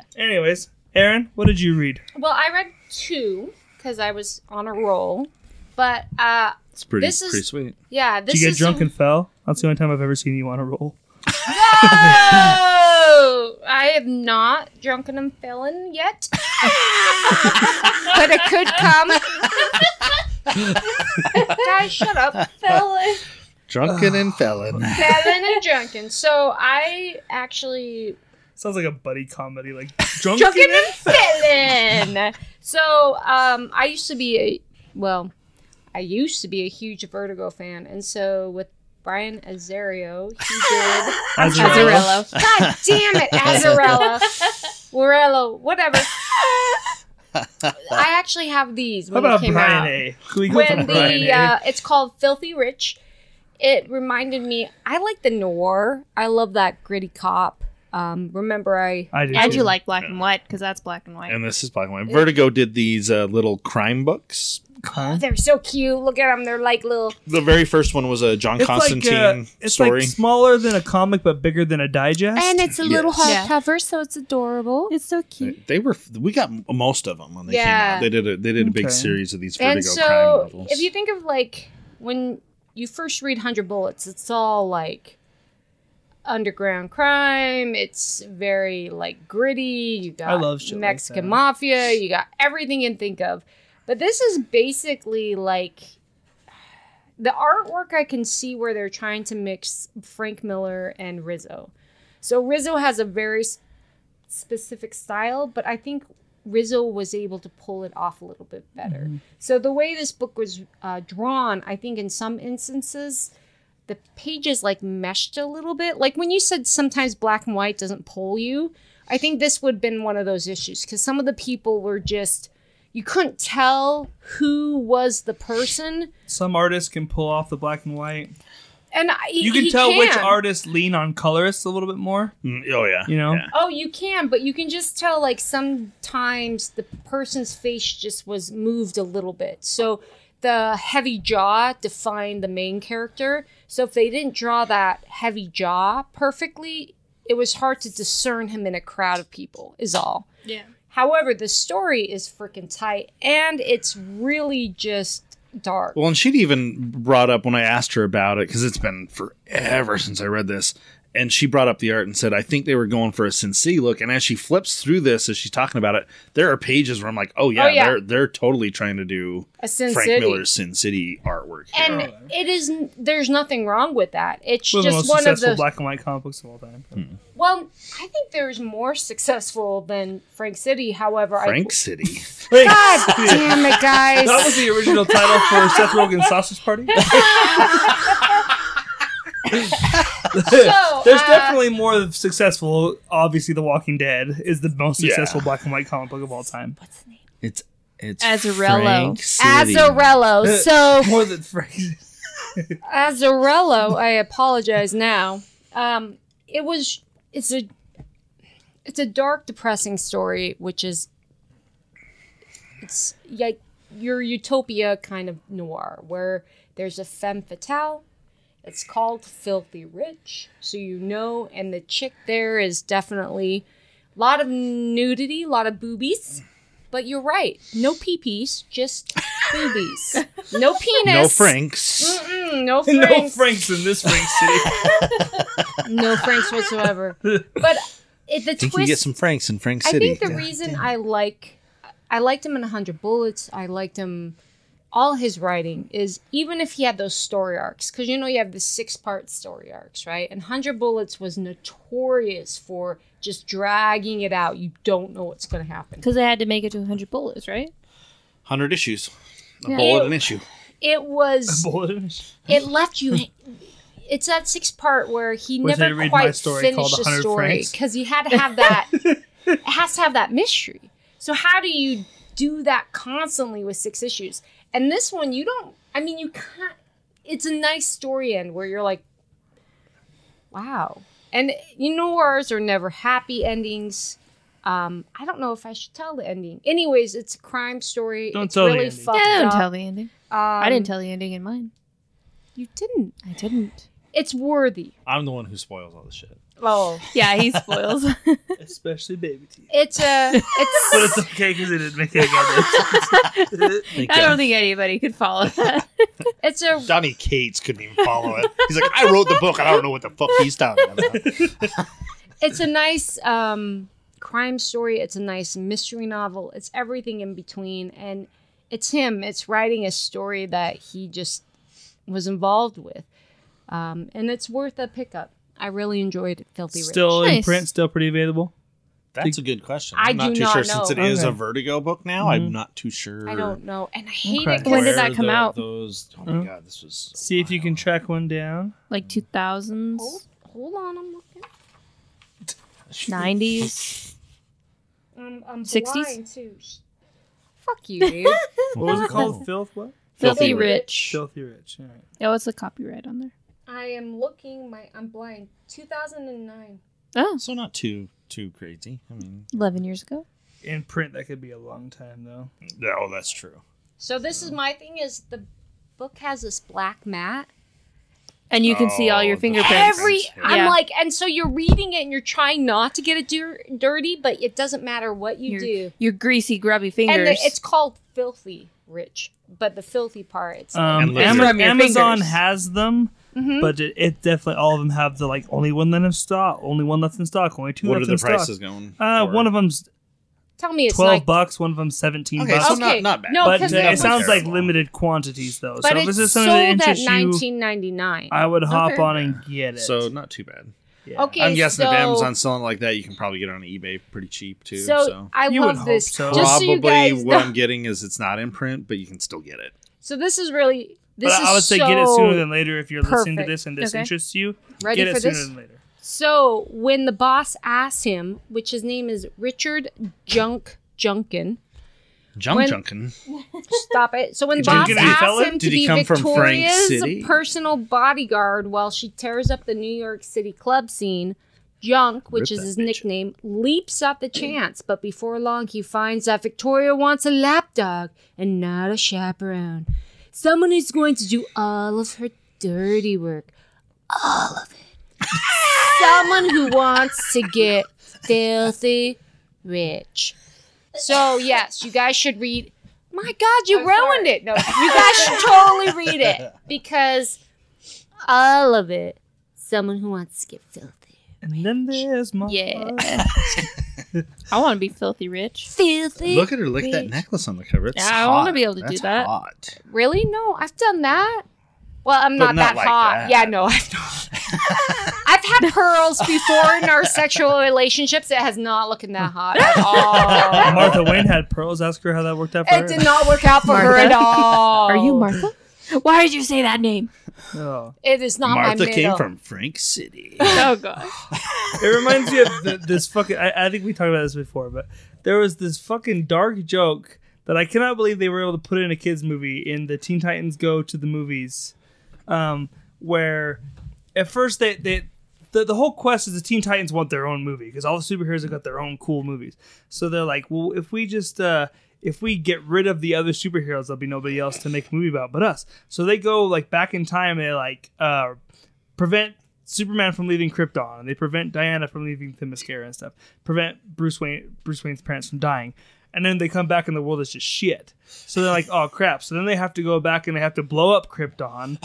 E: Anyways, Aaron, what did you read?
G: Well, I read two because I was on a roll, but uh,
H: It's pretty
G: This is-
H: pretty sweet.
G: yeah, this
E: Did you get
G: is
E: drunk
G: the-
E: and fell? That's the only time I've ever seen you on a roll.
G: Oh, I am not drunken and felon yet, but it could come. Guys, shut up, felon.
H: Drunken and felon.
G: Felon and drunken. So I actually
E: Sounds like a buddy comedy, like drunk.
G: drunken and felon. So um, I used to be a well, I used to be a huge Vertigo fan, and so with Brian Azario, he did.
F: Azarello.
G: God damn it, Azarella. Morello, whatever. I actually have these
E: How
G: when
E: about
G: it came
E: Brian
G: out.
E: A? Can we go
G: When
E: from Brian
G: the
E: A?
G: uh, it's called Filthy Rich. It reminded me. I like the noir. I love that gritty cop. Um, remember, I
E: I do.
F: I do
E: too.
F: like black and white because that's black and white.
H: And this is black and white. Vertigo did these uh, little crime books.
E: Huh?
G: they're so cute. Look at them. They're like little.
H: The very first one was a John
E: It's
H: Constantine
E: like uh, it's
H: story.
E: like smaller than a comic, but bigger than a digest.
G: it's a
H: little
F: Yes.
G: hardcover, so it's adorable.
F: it's so cute.
H: they were we got most of them when they came
G: Yeah.
H: out. They did a they did a big
E: Okay.
H: series of these Vertigo
G: And
H: crime
G: so,
H: novels.
G: if you think of like when you first read 100 Bullets, it's all like underground crime. It's very like gritty. You got
E: I love shit like
G: Mexican
E: that.
G: mafia. You got everything you can think of. But this is basically like the artwork I can see where they're trying to mix Frank Miller and Rizzo. So Rizzo has a very s- specific style, but I think Rizzo was able to pull it off a little bit better.
E: Mm-hmm.
G: So the way this book was uh, drawn, I think in some instances, the pages like meshed a little bit. Like when you said sometimes black and white doesn't pull you, I think this would have been one of those issues because some of the people were just you couldn't tell who was the person,
E: Some artists can pull off the black and white.
G: and I,
E: You can tell which artists lean on colorists a little bit more.
H: Mm, oh yeah,
E: You know?
H: Yeah.
G: Oh, you can, but you can just tell like sometimes the person's face just was moved a little bit. So the heavy jaw defined the main character. So if they didn't draw that heavy jaw perfectly, it was hard to discern him in a crowd of people, is all.
F: Yeah.
G: However, the story is freaking tight and it's really just dark.
H: Well, and she'd even brought up when I asked her about it because it's been forever since I read this. And she brought up the art and said, I think they were going for a Sin City look. And as she flips through this, as she's talking about it, there are pages where I'm like, oh, yeah,
G: Oh, yeah.
H: They're, they're totally trying to do
G: a Sin
H: Frank
G: City.
H: Miller's Sin City artwork. here.
G: And it is there's nothing wrong with that. It's
E: One of the most
G: just one of
E: successful
G: those
E: black and white comic books of all time.
G: Well, I think there's more successful than Frank City. However,
H: Frank City.
G: I God damn it,
E: That
G: guys!
E: was the original title for Seth Rogen's Sausage Party.
G: So,
E: There's
G: uh,
E: definitely more successful. Obviously, The Walking Dead is the most
H: Yeah.
E: successful black and white comic book of all time.
H: it's it's
F: Azarello.
H: Frank City.
G: Azarello. So
E: Uh, More than Frank.
G: Azarello, I apologize now. Um, it was it's a it's a dark, depressing story, which is it's like your utopia kind of noir, where there's a femme fatale. It's called Filthy Rich, so you know, and the chick there is definitely A lot of nudity, a lot of boobies. But you're right. No peepees, just boobies. No penis.
H: No Franks.
G: Mm, no Franks.
E: No Oh, Franks in this Frank City.
G: No Franks whatsoever. But it, the
H: You
G: twist.
H: can get some Franks in Frank City.
G: I think the
H: God
G: reason I like I liked him in 100 Bullets, I liked him all his writing is even if he had those story arcs cuz you know you have the six-part story arcs, right? And 100 Bullets was notorious for just dragging it out. You don't know what's going to happen.
F: Because they had to make it to 100 bullets, right?
H: 100 issues. A bullet an issue.
G: It was it left you It's that six part where he
E: Wish I
G: never
E: could Hmm. read my
G: quite
E: story called
G: finished the
E: 100
G: story
E: Franks.
G: because he had to have that. it has to have that mystery. So how do you do that constantly with six issues? And this one, you don't. I mean, you can't. It's a nice story end where you're like, wow. And you know, ours are never happy endings. Um, I don't know if I should tell the ending. Anyways, it's a crime story.
E: Don't
G: it's
E: tell the
G: really
E: ending.
G: fucked
F: Yeah, don't
G: up.
F: tell the ending. I
G: Um,
F: didn't tell the ending in mine.
G: You didn't.
F: I didn't.
G: It's worthy.
H: I'm the one who spoils all the shit.
G: Oh,
F: Yeah, he spoils.
E: Especially baby teeth.
G: it's a. It's.
E: But it's okay because it didn't make any goddamn sense.
F: I don't think anybody could follow that.
G: It's a
H: Donnie Cates couldn't even follow it. He's like, I wrote the book and I don't know what the fuck he's talking about.
G: it's a nice um, crime story. It's a nice mystery novel. It's everything in between, and it's him. It's writing a story that he just was involved with, um, and it's worth a pickup. I really enjoyed Filthy Rich.
E: Still in
F: Nice.
E: print, still pretty available.
H: That's a good question.
G: I
H: I'm not
G: do
H: too
G: not
H: sure
G: know.
H: since it is
E: Okay. Mm-hmm.
H: a Vertigo book now. I'm not too sure.
G: I don't know, and I hate
E: Okay.
G: it. 'cause
F: When did that
H: where
F: come
H: the-
F: out?
H: Those. Oh my
E: Mm.
H: god, this was. a
E: See if you
H: while.
E: can track one down.
F: like 2000s,
G: Hold on, I'm looking.
F: 90s.
G: Um, I'm
F: 60s?
G: blind, too. Fuck you, dude.
E: What was it called? Filth what?
F: Filthy Rich.
E: Filthy Rich. All right.
F: Oh, it's the copyright on there.
G: I am looking. My I'm blind. 2009.
F: Oh,
H: So not too too crazy. I mean,
F: 11 years ago.
E: In print, that could be a long time though.
H: oh, that's true.
G: So this is my thing. Is the book has this black mat
F: And you can see all your
H: Oh, the-
F: fingerprints.
G: every i'm
F: Yeah.
G: like and so you're reading it and you're trying not to get it dir- dirty but it doesn't matter what you
F: your,
G: do
F: your greasy, grubby fingers.
G: and the, it's called filthy rich but the filthy part it's
H: And
E: Um,
H: look
E: Ama-
H: at-
F: From your
E: Amazon
F: fingers.
E: has them,
G: Mm-hmm.
E: but it, it definitely all of them have the like only one left in stock, only one left in stock, only two
H: What
E: left
H: are the
E: in stock.
H: prices going?
E: Uh,
H: for?
E: one of them's
G: tell me it's
E: twelve
G: like,
E: bucks, one of them's seventeen
H: Okay,
E: bucks.
H: so
G: Okay,
H: not not bad.
G: no,
E: but
G: because
E: uh,
G: they're
E: it sounds like
H: terrible.
E: limited quantities though.
G: but
E: so if
G: it's
E: this is
G: sold
E: something that
G: at
E: interests you,
G: 1999
E: I would hop
F: Okay.
E: on and get it.
H: So not too bad.
E: Yeah.
G: okay
H: I'm guessing
G: so,
H: if Amazon's selling like that, you can probably get it on eBay pretty cheap too.
G: so,
H: So,
G: i
E: You would
G: love
E: hope
G: this
E: so.
G: just so
H: probably
G: you guys
H: what I'm
G: know-
H: getting is it's not in print, but you can still get it.
G: so this is really
E: But
G: this is
E: I would say
G: so
E: get it sooner than later if you're listening to
G: perfect.
E: this and this
F: Okay.
E: interests you.
G: Ready
E: get
G: for
E: it sooner
G: this?
E: than later.
G: So when the boss asks him, which his name is Richard Junk Junkin,
H: Junk
G: When-
H: Junkin.
G: stop it. So when the
E: Did you
G: boss
E: get any
G: asks
E: fella?
G: him to
H: Did he
G: be
H: come from Frank City?
G: Victoria's personal bodyguard while she tears up the New York City club scene, Junk, which
H: Rip
G: is
H: that
G: his
H: bitch.
G: nickname, leaps at the chance, but before long he finds that Victoria wants a lapdog and not a chaperone. Someone who's going to do all of her dirty work. All of it. Someone who wants to get filthy rich. So, yes, you guys should read. My God,
H: Oh,
G: you ruined it. No, you guys should totally read it because all of it. Someone who wants to get filthy.
E: And then there's my
F: yeah. I want to be filthy rich.
G: Filthy.
H: Look at her lick that necklace on the cover. It's
F: Yeah, I
H: want
F: wanna be able to do that.
H: Hot.
G: Really? No, I've done that. Well, I'm
H: But
G: not,
H: not
G: that
H: like
G: hot.
H: that.
G: Yeah, no, I've not. I've had pearls before in our sexual relationships. It has not looking that hot at all.
E: Martha Wayne had pearls. Ask her how that worked out for
G: It
E: her.
G: did not work out for her at all.
F: Are you Martha? Why did you say that name?
E: Oh.
G: It is not my
H: Martha
G: middle.
H: came from Frank City.
F: Oh, God.
E: It reminds me of th this fucking. I, I think we talked about this before, but there was this fucking dark joke that I cannot believe they were able to put in a kids movie in the Teen Titans Go to the Movies, um, where at first they they. The, the whole quest is the Teen Titans want their own movie because all the superheroes have got their own cool movies. So they're like, well, if we just uh, if we get rid of the other superheroes, there'll be nobody else to make a movie about but us. So they go like back in time and they like uh, prevent Superman from leaving Krypton, and they prevent Diana from leaving Themyscira and stuff. Prevent Bruce Wayne Bruce Wayne's parents from dying. And then they come back and the world is just shit. So they're like, oh crap. So then they have to go back and they have to blow up Krypton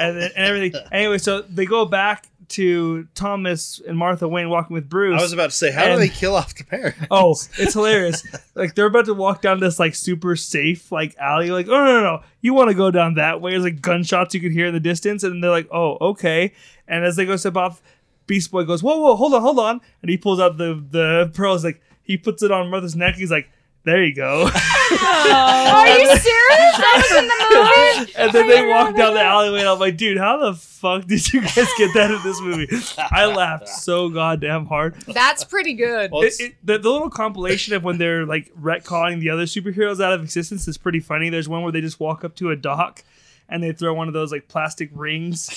E: and, then, and everything. Anyway, so they go back to Thomas and Martha Wayne walking with Bruce.
H: I was about to say, how do
E: And-
H: they kill off the parents?
E: Oh, it's hilarious. like they're about to walk down this like super safe like alley. Like, oh no, no, no. You want to go down that way. There's like gunshots you could hear in the distance, and they're like, Oh, okay. And as they go step off, Beast Boy goes, Whoa, whoa, hold on, hold on. And he pulls out the the pearls, like he puts it on Martha's neck, he's like, There you go.
G: Are you
F: Oh.
G: serious? That was in the movie?
E: and then they walk down the alleyway, and I'm like, dude, how the fuck did you guys get that in this movie? I laughed so goddamn hard.
G: That's pretty good.
H: Well,
E: It,
H: it's-
E: it, the, the little compilation of when they're like retconning the other superheroes out of existence is pretty funny. There's one where they just walk up to a dock and they throw one of those like plastic rings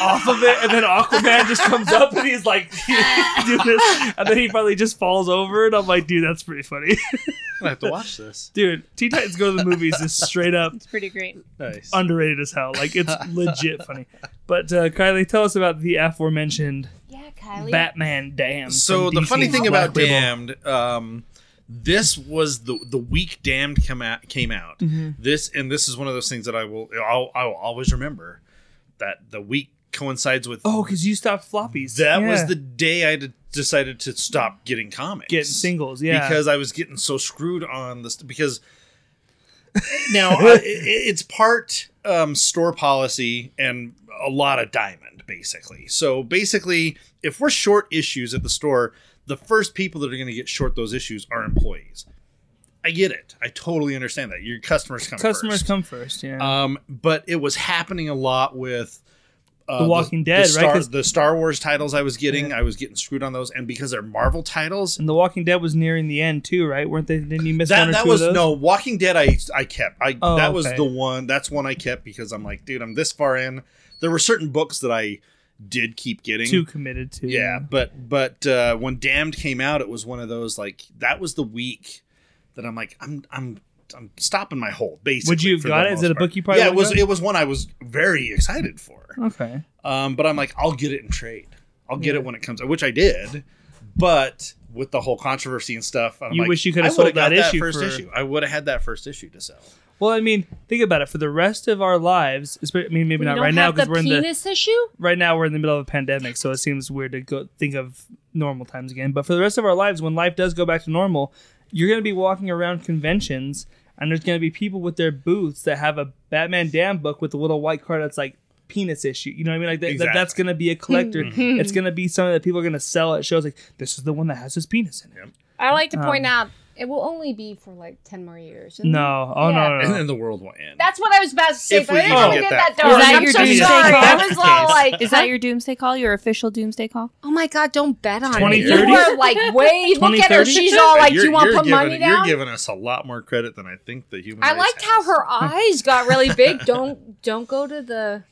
E: off of it, and then Aquaman just comes up and he's like, do this, and then he finally just falls over, and I'm like, dude, that's pretty funny,
H: I'm gonna have to watch this.
E: dude. Teen Titans Go to the Movies is straight up
F: It's pretty great.
H: Nice.
E: underrated as hell. Like it's legit funny. But uh, Kylie, tell us about the aforementioned
G: Yeah, Kylie.
E: Batman Damn.
H: so the funny thing about Damned, um, this was the the week Damned come out came out.
F: Mm-hmm.
H: This and this is one of those things that I will I'll, I'll always remember that the week coincides with.
E: Oh, because you stopped floppies.
H: that was
E: Yeah.
H: the day I d- decided to stop getting comics,
E: getting singles. Yeah,
H: because I was getting so screwed on this because now I, i it's part um, store policy and a lot of diamond basically. So basically, if we're short issues at the store, the first people that are going to get short those issues are employees. I get it. I totally understand that. Your customers come
E: customers
H: first.
E: come first. Yeah,
H: Um, but it was happening a lot with uh,
E: The Walking Dead, right?
H: Star,
E: 'Cause-
H: the Star Wars titles I was getting, I was getting screwed on those, and because they're Marvel titles,
E: and The Walking Dead was nearing the end too, right? Weren't they? Didn't you miss one
H: that
E: or
H: that
E: two
H: was
E: of those?
H: no Walking Dead. I I kept. I
E: Oh,
H: that was
E: okay.
H: the one. That's one I kept because I'm like, dude, I'm this far in. There were certain books that I did keep getting.
E: too committed to.
H: Yeah, but but uh, when Damned came out, it was one of those like that was the week that I'm like I'm I'm I'm stopping my hold. Basically,
E: Would you have
H: for
E: got
H: the
E: it? Is
H: most
E: it a
H: part.
E: book you probably
H: Yeah, it
E: would've
H: was.
E: got?
H: It was one I was very excited for.
E: Okay.
H: Um, but I'm like, I'll get it in trade. I'll get it when it comes out, which I did. But with the whole controversy and stuff, I'm
E: You
H: like,
E: wish you could have
H: I would've
E: sold that
H: got
E: issue
H: first
E: for-
H: issue. I would have had that first issue to sell.
E: Well, I mean, think about it. For the rest of our lives, espe- I mean, maybe
G: We
E: not
G: don't
E: right now
G: have
E: because
G: the
E: we're in the
G: penis issue.
E: right now we're in the middle of a pandemic, so it seems weird to go think of normal times again. But for the rest of our lives, when life does go back to normal, you're going to be walking around conventions, and there's going to be people with their booths that have a Batman Damn book with a little white card that's like penis issue. You know what I mean? Like that, that-
H: Exactly.
E: that's going to be a collector.
G: Hmm.
E: it's going to be something that people are going to sell at shows. Like this is the one that has his penis in it.
G: I like to point out it will only be for like ten more years. And
E: No, oh no, no,
G: Yeah.
E: no,
H: And
E: no.
H: then the world will end.
G: That's what I was about to say,
H: If
G: but
H: we
G: I didn't
H: even
G: get,
H: get
G: that
H: that
G: dark.
F: Is that
G: I'm
F: your
G: so
F: doomsday
G: sorry.
F: clock?
G: Uh, I was all like,
F: Is that your doomsday call? Your official doomsday call?
G: Oh my god, don't bet on it.
E: 2030?
G: You were like, wait, look at her.
E: 2030?
G: She's all like, do you want to put
H: giving,
G: money
H: You're
G: down?
H: giving us a lot more credit than I think the human.
G: I
H: race
G: liked how
H: has.
G: her eyes got really big. Don't don't go to the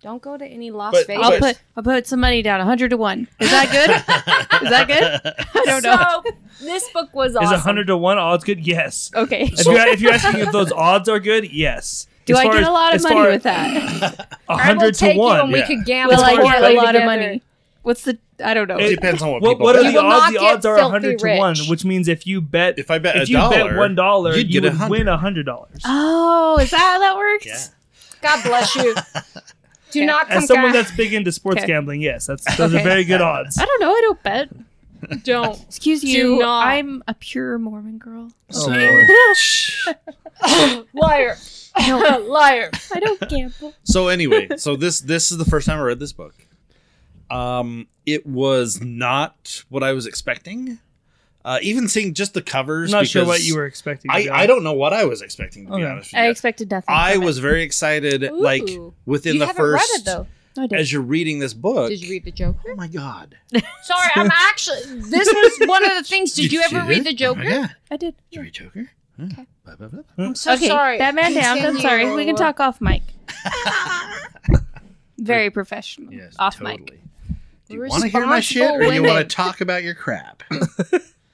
G: don't go to any Las
H: But-
G: Vegas.
F: I'll
H: Yes.
F: put I'll put some money down, hundred to one. Is that good? Is that good? I don't know.
G: so this book was
E: is
G: awesome.
E: hundred to one odds good? Yes.
F: Okay.
E: If you're, if you're asking if those odds are good, yes.
F: Do
E: As
F: I
E: far
F: get
E: as-
F: a lot
E: as
F: of money
E: far-
F: with that?
E: A
G: I will
E: hundred to
G: take you
E: one.
G: and we
H: yeah.
G: could gamble.
F: Will I
G: together.
F: get a lot of
G: Together.
F: money? What's the? I don't know.
E: It-
H: depends on what,
E: What,
H: people.
E: what are
H: bet.
E: the
G: You will
E: odds?
G: not
E: The
G: get
E: odds are
G: filthy
E: hundred to
G: rich.
E: one, which means if you bet,
H: If I bet a
E: you bet
H: dollar,
E: one dollar,
H: you'd
E: you
H: get a
E: would
H: hundred.
E: win a hundred dollars.
F: oh, is that how that works?
H: Yeah.
G: God bless you. Do not come
E: As someone
G: back.
E: that's big into sports
F: Oh Okay.
E: gambling, yes, that's those are
F: Okay.
E: very good odds.
F: I don't know. I don't bet.
G: don't.
F: Excuse
G: Do
F: you.
G: not.
F: I'm a pure Mormon girl.
E: So-
G: Liar. Liar.
F: I don't gamble.
H: So anyway, so this this is the first time I read this book. Um, it was not what I was expecting. Uh, even seeing just the covers,
E: I'm not sure what
H: because
E: you were expecting. to
H: I,
E: be
H: I
E: honest.
H: don't know what I was expecting to be
E: Okay.
H: honest. With
F: I
H: you.
F: expected nothing.
H: I
F: from it.
H: was very excited. Like
G: Ooh.
H: within
G: you
H: the
G: haven't
H: first,
G: read it though.
F: No, I didn't.
H: as you're reading this book,
G: Did you read the Joker?
H: Oh my god!
G: Sorry, I'm actually. This was one of the things. Did you ever read the Joker?
H: Yeah,
F: I did.
H: did you read Joker? Huh. Blah, blah, blah.
G: I'm so
F: okay,
G: sorry.
F: Batman damned. I'm sorry.
G: Continue.
F: We can talk off mic. Very professional.
H: Yes,
F: off
H: totally.
F: mic.
H: Do you want to hear my shit, or
G: Responsible
H: you want
G: women.
H: to talk about your crap?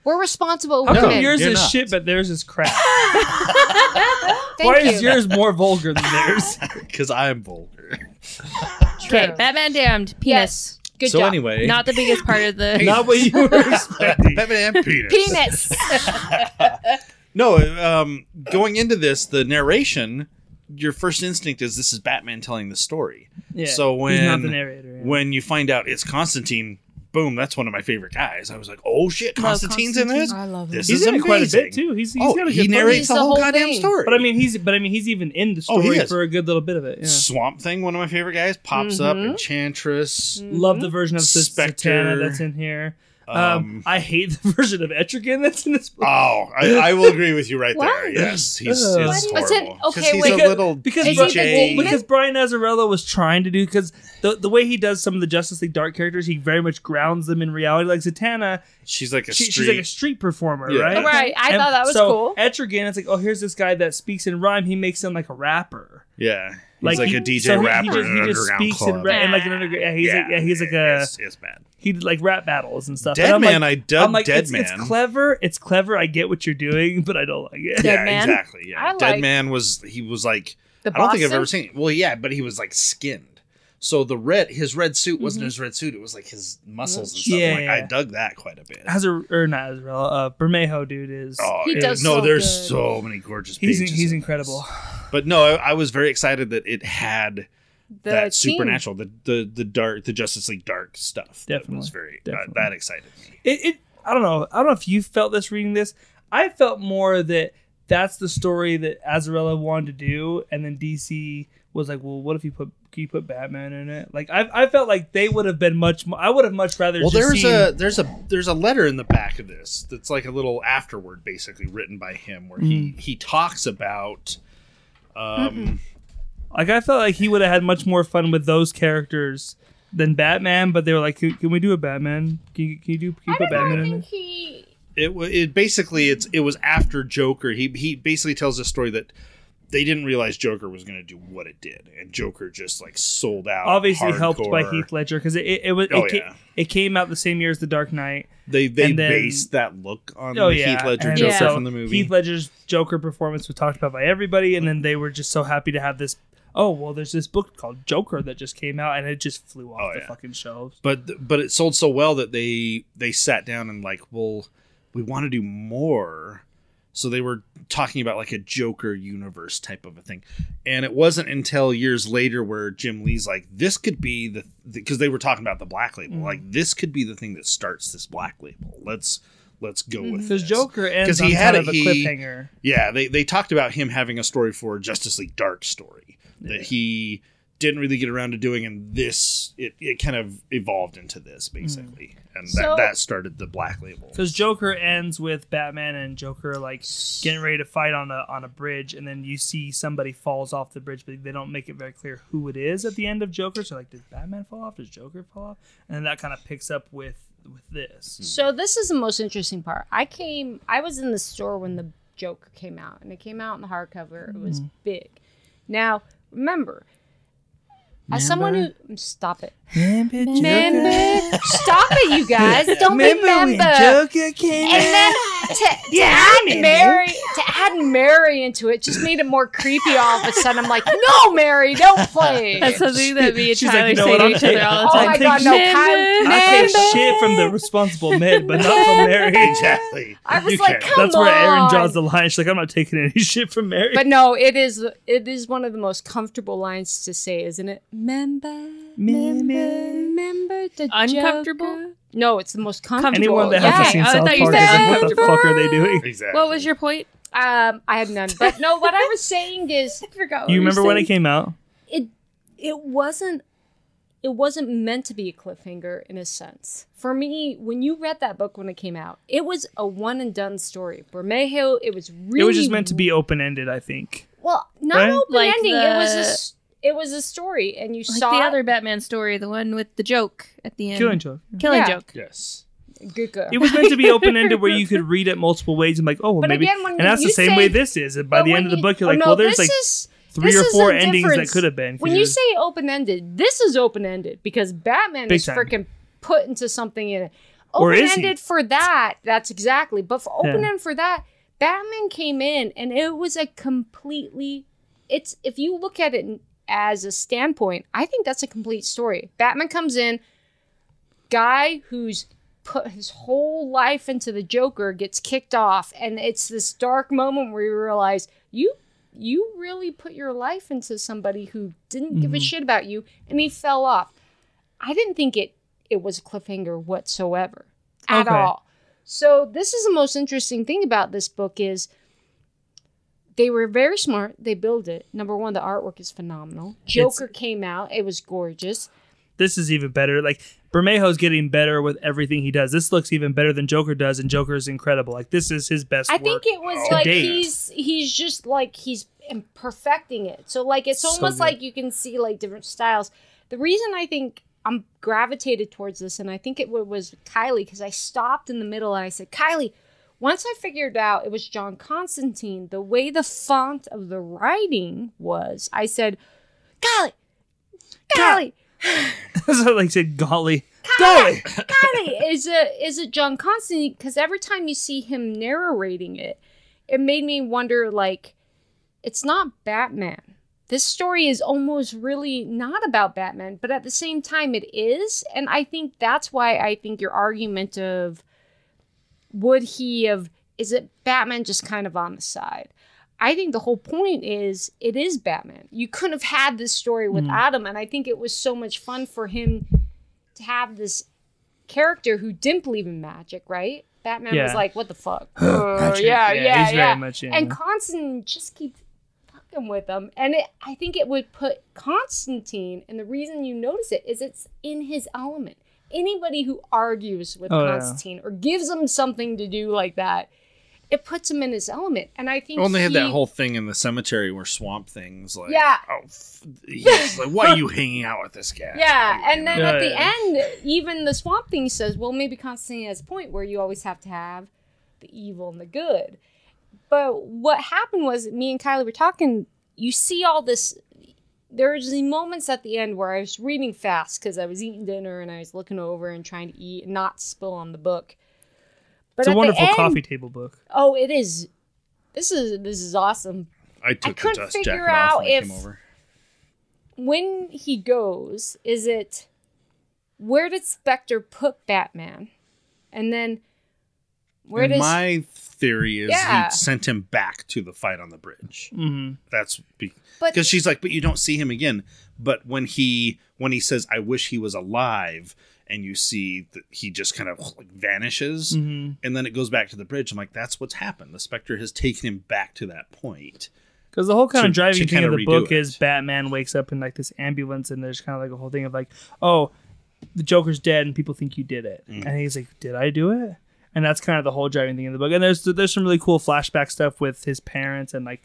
G: We're responsible
E: How come
H: No,
G: women.
E: yours
H: you're
E: is
H: not.
E: shit, but theirs is crap?
G: Thank
E: Why
G: you.
E: is yours more vulgar than theirs?
H: Because I'm vulgar.
F: Okay, Batman Damned, penis.
G: Yes. Good
H: so
G: job.
H: anyway,
F: Not the biggest part of the.
H: not what you were expecting. Batman penis.
G: Penis.
H: No, um, going into this, the narration, your first instinct is this is Batman telling the story.
E: Yeah.
H: So
E: he's not
H: when-
E: the narrator. yeah.
H: When you find out it's Constantine, boom, that's one of my favorite guys. I was like, oh shit, Constantine's in this.
G: I love
H: This
E: he's
H: is
E: in it quite a
H: amazing.
E: bit too. He's, he's
H: oh,
E: got a
H: he
E: good
G: narrator.
H: narrates
G: He's
H: the
G: the
H: whole
G: whole
H: goddamn
G: thing.
H: story.
E: But I mean, he's but I mean, he's even in the
H: Oh, he
E: story
H: is.
E: for a good little bit of it. Yeah. Mm-hmm.
H: Swamp Thing, one of my favorite guys, pops up. Enchantress.
E: Love the version of Sis-
H: Spectre.
E: Satana that's in here. Um,
H: Um,
E: I hate the version of Etrigan that's in this. book.
H: Oh, I, I will agree with you right there.
G: Why?
H: Yes, he's,
E: Ugh.
H: it's
G: Why do you- But
H: horrible.
G: then-
H: 'Cause
G: okay,
H: he's
G: wait.
H: a
E: because,
H: little
E: because,
G: Is
E: Bri-
G: he the
H: DJ.
E: well, because Brian Azzarello was trying to do because the the way he does some of the Justice League Dark characters, he very much grounds them in reality. Like Zatanna,
H: she's like a
E: she,
H: street.
E: she's like a street performer,
H: Yeah.
E: right?
G: Right, I
E: And
G: thought that was
E: so
G: cool.
E: Etrigan, it's like, oh, here's this guy that speaks in rhyme. He makes him like a rapper.
H: yeah, he's
E: Like,
H: like,
E: he-
H: a DJ
E: so he- he
H: rapper
E: just-
H: in an
E: he just
H: underground
E: speaks in
H: club.
E: ra- and, like, an underground- yeah, he's like- yeah, he's like a-
H: it's, it's bad.
E: He did like rap battles and stuff.
H: Dead
E: and I'm
H: Man,
E: like,
H: I dug
E: I'm like,
H: Dead
E: it's,
H: Man.
E: it's clever. It's clever. I get what you're doing, but I don't like it.
F: Dead
H: yeah,
F: Man?
H: exactly. Yeah,
G: I
H: Dead
G: like-
H: Man was he was like
G: The
H: I don't think I've
G: Boston?
H: ever seen. Well, yeah, but he was like skinned. So the red, his red suit wasn't
G: Mm-hmm.
H: his red suit. It was like his muscles and stuff.
E: Yeah,
H: like,
E: yeah,
H: I
E: yeah.
H: dug that quite a bit.
E: Azar or not Azarello, uh, Bermejo dude is.
H: Oh,
G: He
H: yeah.
G: does
H: no,
G: so
H: there's
G: good.
H: so many gorgeous
E: He's,
H: pages.
E: in, he's
H: in
E: incredible.
H: this. But no, I, I was very excited that it had
G: The
H: that
G: team.
H: supernatural, the, the the dark, the Justice League dark stuff. that
E: Definitely,
H: was very
E: definitely.
H: Uh, that excited me.
E: It, it. I don't know. I don't know if you felt this reading this. I felt more that that's the story that Azarello wanted to do, and then DC was like, "Well, what if you put can you put Batman in it?" Like I, I felt like they would have been much. mo- I would have much rather.
H: Well,
E: just
H: there's
E: seen-
H: a there's a there's a letter in the back of this that's like a little afterword, basically written by him, where
E: Mm.
H: he he talks about.
E: Mm-hmm.
H: Um,
E: Like I felt like he would have had much more fun with those characters than Batman, but they were like, "Can, can we do a Batman? Can you, can you do can you put Batman in it?"
G: He
H: it wa- it basically it's it was after Joker. He he basically tells a story that they didn't realize Joker was going to do what it did, and Joker just like sold out.
E: Obviously helped by
H: hardcore.
E: Heath Ledger because it it, it, was,
H: Oh,
E: it, ca-
H: yeah.
E: it came out the same year as The Dark Knight.
H: They they
E: And then-
H: based that look on
E: Oh
H: the
E: yeah,
H: Heath Ledger
E: and
H: Joker
E: so
H: from the movie.
E: Heath Ledger's Joker performance was talked about by everybody, and then they were just so happy to have this. Oh well, there's this book called Joker that just came out, and it just flew off
H: Oh,
E: the
H: yeah.
E: fucking shelves.
H: but but it sold so well that they they sat down and like well we want to do more so they were talking about like a joker universe type of a thing and it wasn't until years later where jim lee's like this could be the because they were talking about the black label like this could be the thing that starts this black label let's let's go with
E: Because
H: this
E: Joker ends
H: 'Cause
E: on
H: he
E: kind
H: had
E: of
H: it-
E: a
H: he-
E: cliffhanger.
H: yeah, they, they talked about him having a story for Justice League Dark story that he didn't really get around to doing, and this it, it kind of evolved into this basically, and that,
G: So-
H: that started the Black Label.
E: Because Joker ends with Batman and Joker like getting ready to fight on a on a bridge, and then you see somebody falls off the bridge, but they don't make it very clear who it is at the end of Joker. So like, does Batman fall off? Does Joker fall off? And then that kind of picks up with with this.
G: So this is the most interesting part. I came. I was in the store when the Joker came out, and it came out in the hardcover. It
F: Hmm.
G: was big. Now remember, as someone who stop it,
F: Remember?
G: stop it, you guys. Don't remember.
E: Joker came
G: And then to, to add Mary to add Mary into it just made it more creepy all of a sudden. I'm like, no, Mary, don't play.
F: That's something that me and
E: She's like,
F: Tyler
E: "You know
F: say
E: what,
F: to
E: I'll
F: each
E: take-
F: other all
G: oh
F: the
E: I'll
F: time.
G: my
E: take
G: god, no, Kyle.
F: Remember?
E: I take
G: remember?
E: shit from the responsible men, but not from Mary.
H: Exactly.
G: I was
H: You
G: like,
H: can't-
G: come
E: That's where Aaron
G: on.
E: draws the line. She's like, I'm not taking any shit from Mary.
G: But no, it is it is one of the most comfortable lines to say, isn't it? Remember, remember the
F: Uncomfortable?
G: Joker? No, it's the most comfortable.
E: Anyone that hasn't
G: yeah.
E: seen
F: I
E: South Park
F: thought
E: is
F: you said
E: like, what the fuck are they doing?
H: exactly.
F: What was your point?
G: Um, I had none. But no, what I was saying is,
F: I forgot. what
E: You
F: we were
E: remember when it
F: saying.
E: came out?
G: it it wasn't it wasn't meant to be a cliffhanger in a sense. For me, when you read that book when it came out, it was a one and done story. Bermejo, it was really
E: It was just meant to be open ended, I think.
G: well, not
E: Right?
G: open
F: Like
G: ending. It was a
F: the-
G: s- it was a story, and you
F: Like
G: saw
F: the other Batman story, the one with the joke at the end.
E: Killing Joke.
F: Killing
G: Yeah.
F: joke.
H: yes?
G: Good girl.
E: It was meant to be open ended where you could read it multiple ways and like, oh, well,
G: But
E: maybe.
G: again, when
E: and that's
G: you
E: the same
G: say-
E: way this is. And by
G: But
E: the
G: when
E: end of the
G: you-
E: book, you're
G: oh,
E: like,
G: no,
E: well, there's
G: this
E: like
G: is-
E: three
G: this
E: or
G: is
E: four
G: a
E: endings that
G: difference.
E: could have been. 'cause
G: When you
E: you're-
G: say open ended, this is open ended because Batman
E: Big
G: is
E: time.
G: freaking put into something in it.
E: Or
G: Open
E: is he?
G: ended for that, that's exactly. But for
E: Yeah.
G: open ended for that, Batman came in and it was a completely. It's if you look at it as a standpoint, I think that's a complete story. Batman comes in, guy who's put his whole life into the Joker gets kicked off, and it's this dark moment where you realize you you really put your life into somebody who didn't give a
E: Mm-hmm.
G: shit about you, and he fell off. I didn't think it it was a cliffhanger whatsoever at
E: Okay.
G: all. So this is the most interesting thing about this book is they were very smart. They built it. Number one, the artwork is phenomenal. Joker came out. It was gorgeous.
E: This is even better. Like Bermejo's getting better with everything he does. This looks even better than Joker does, and Joker is incredible. Like this is his best.
G: I
E: work.
G: think it was
E: to
G: like
E: date.
G: he's he's just like he's im- perfecting it. So like it's
E: So
G: almost
E: good.
G: like you can see like different styles. The reason I think I'm gravitated towards this, and I think it wa- was Kylie because I stopped in the middle and I said, Kylie. Once I figured out it was John Constantine, the way the font of the writing was, I said, Kylie, Kylie,
E: so like said, golly, golly.
G: Gotti is a is a John Constantine because every time you see him narrating it, it made me wonder like, it's not Batman. This story is almost really not about Batman, but at the same time it is, and I think that's why I think your argument of would he have is it Batman just kind of on the side. I think the whole point is it is Batman. You couldn't have had this story
E: Hmm.
G: without him, and I think it was so much fun for him to have this character who didn't believe in magic, right? Batman
E: Yeah.
G: was like, "What the fuck?" Uh, yeah, yeah, yeah.
E: he's very much in.
G: and Constantine just keeps fucking with him, and it, I think it would put Constantine. And the reason you notice it is it's in his element. Anybody who argues with
E: Oh, yeah.
G: Constantine or gives him something to do like that, it puts him in his element. And I think
H: Well, and they had that
G: he-
H: whole thing in the cemetery where Swamp Things like,
G: Yeah.
H: oh, f- he's like, why are you hanging out with this guy?
G: Yeah, and then
E: Yeah,
G: at the
E: yeah.
G: end, even the Swamp Thing says, "Well, maybe Constantine has a point where you always have to have the evil and the good." But what happened was, me and Kylie were talking. You see all this. There's the moments at the end where I was reading fast because I was eating dinner and I was looking over and trying to eat and not spill on the book. But
E: it's a
G: at the
E: wonderful
G: end-
E: coffee table book.
G: Oh, it is. This is this is awesome.
H: I took the
G: couldn't
H: dust
G: figure
H: jacket off when
G: out
H: I came
G: if-
H: over.
G: when he goes, is it where did Spectre put Batman? And then where
H: and
G: does
H: my theory is
G: Yeah.
H: he sent him back to the fight on the bridge.
E: hmm
H: That's
G: But-
H: because she's like, but you don't see him again. But when he when he says, "I wish he was alive," and you see that he just kind of like, vanishes,
E: Mm-hmm.
H: and then it goes back to the bridge. I'm like, that's what's happened. The specter has taken him back to that point.
E: Because the whole kind
H: To-
E: of driving
H: to
E: thing
H: kinda
E: of the
H: redo
E: book
H: it.
E: is Batman wakes up in like this ambulance, and there's kind of like a whole thing of like, oh, the Joker's dead, and people think you did it,
H: Mm.
E: and he's like, did I do it? And that's kind of the whole driving thing in the book. And there's there's some really cool flashback stuff with his parents, and like,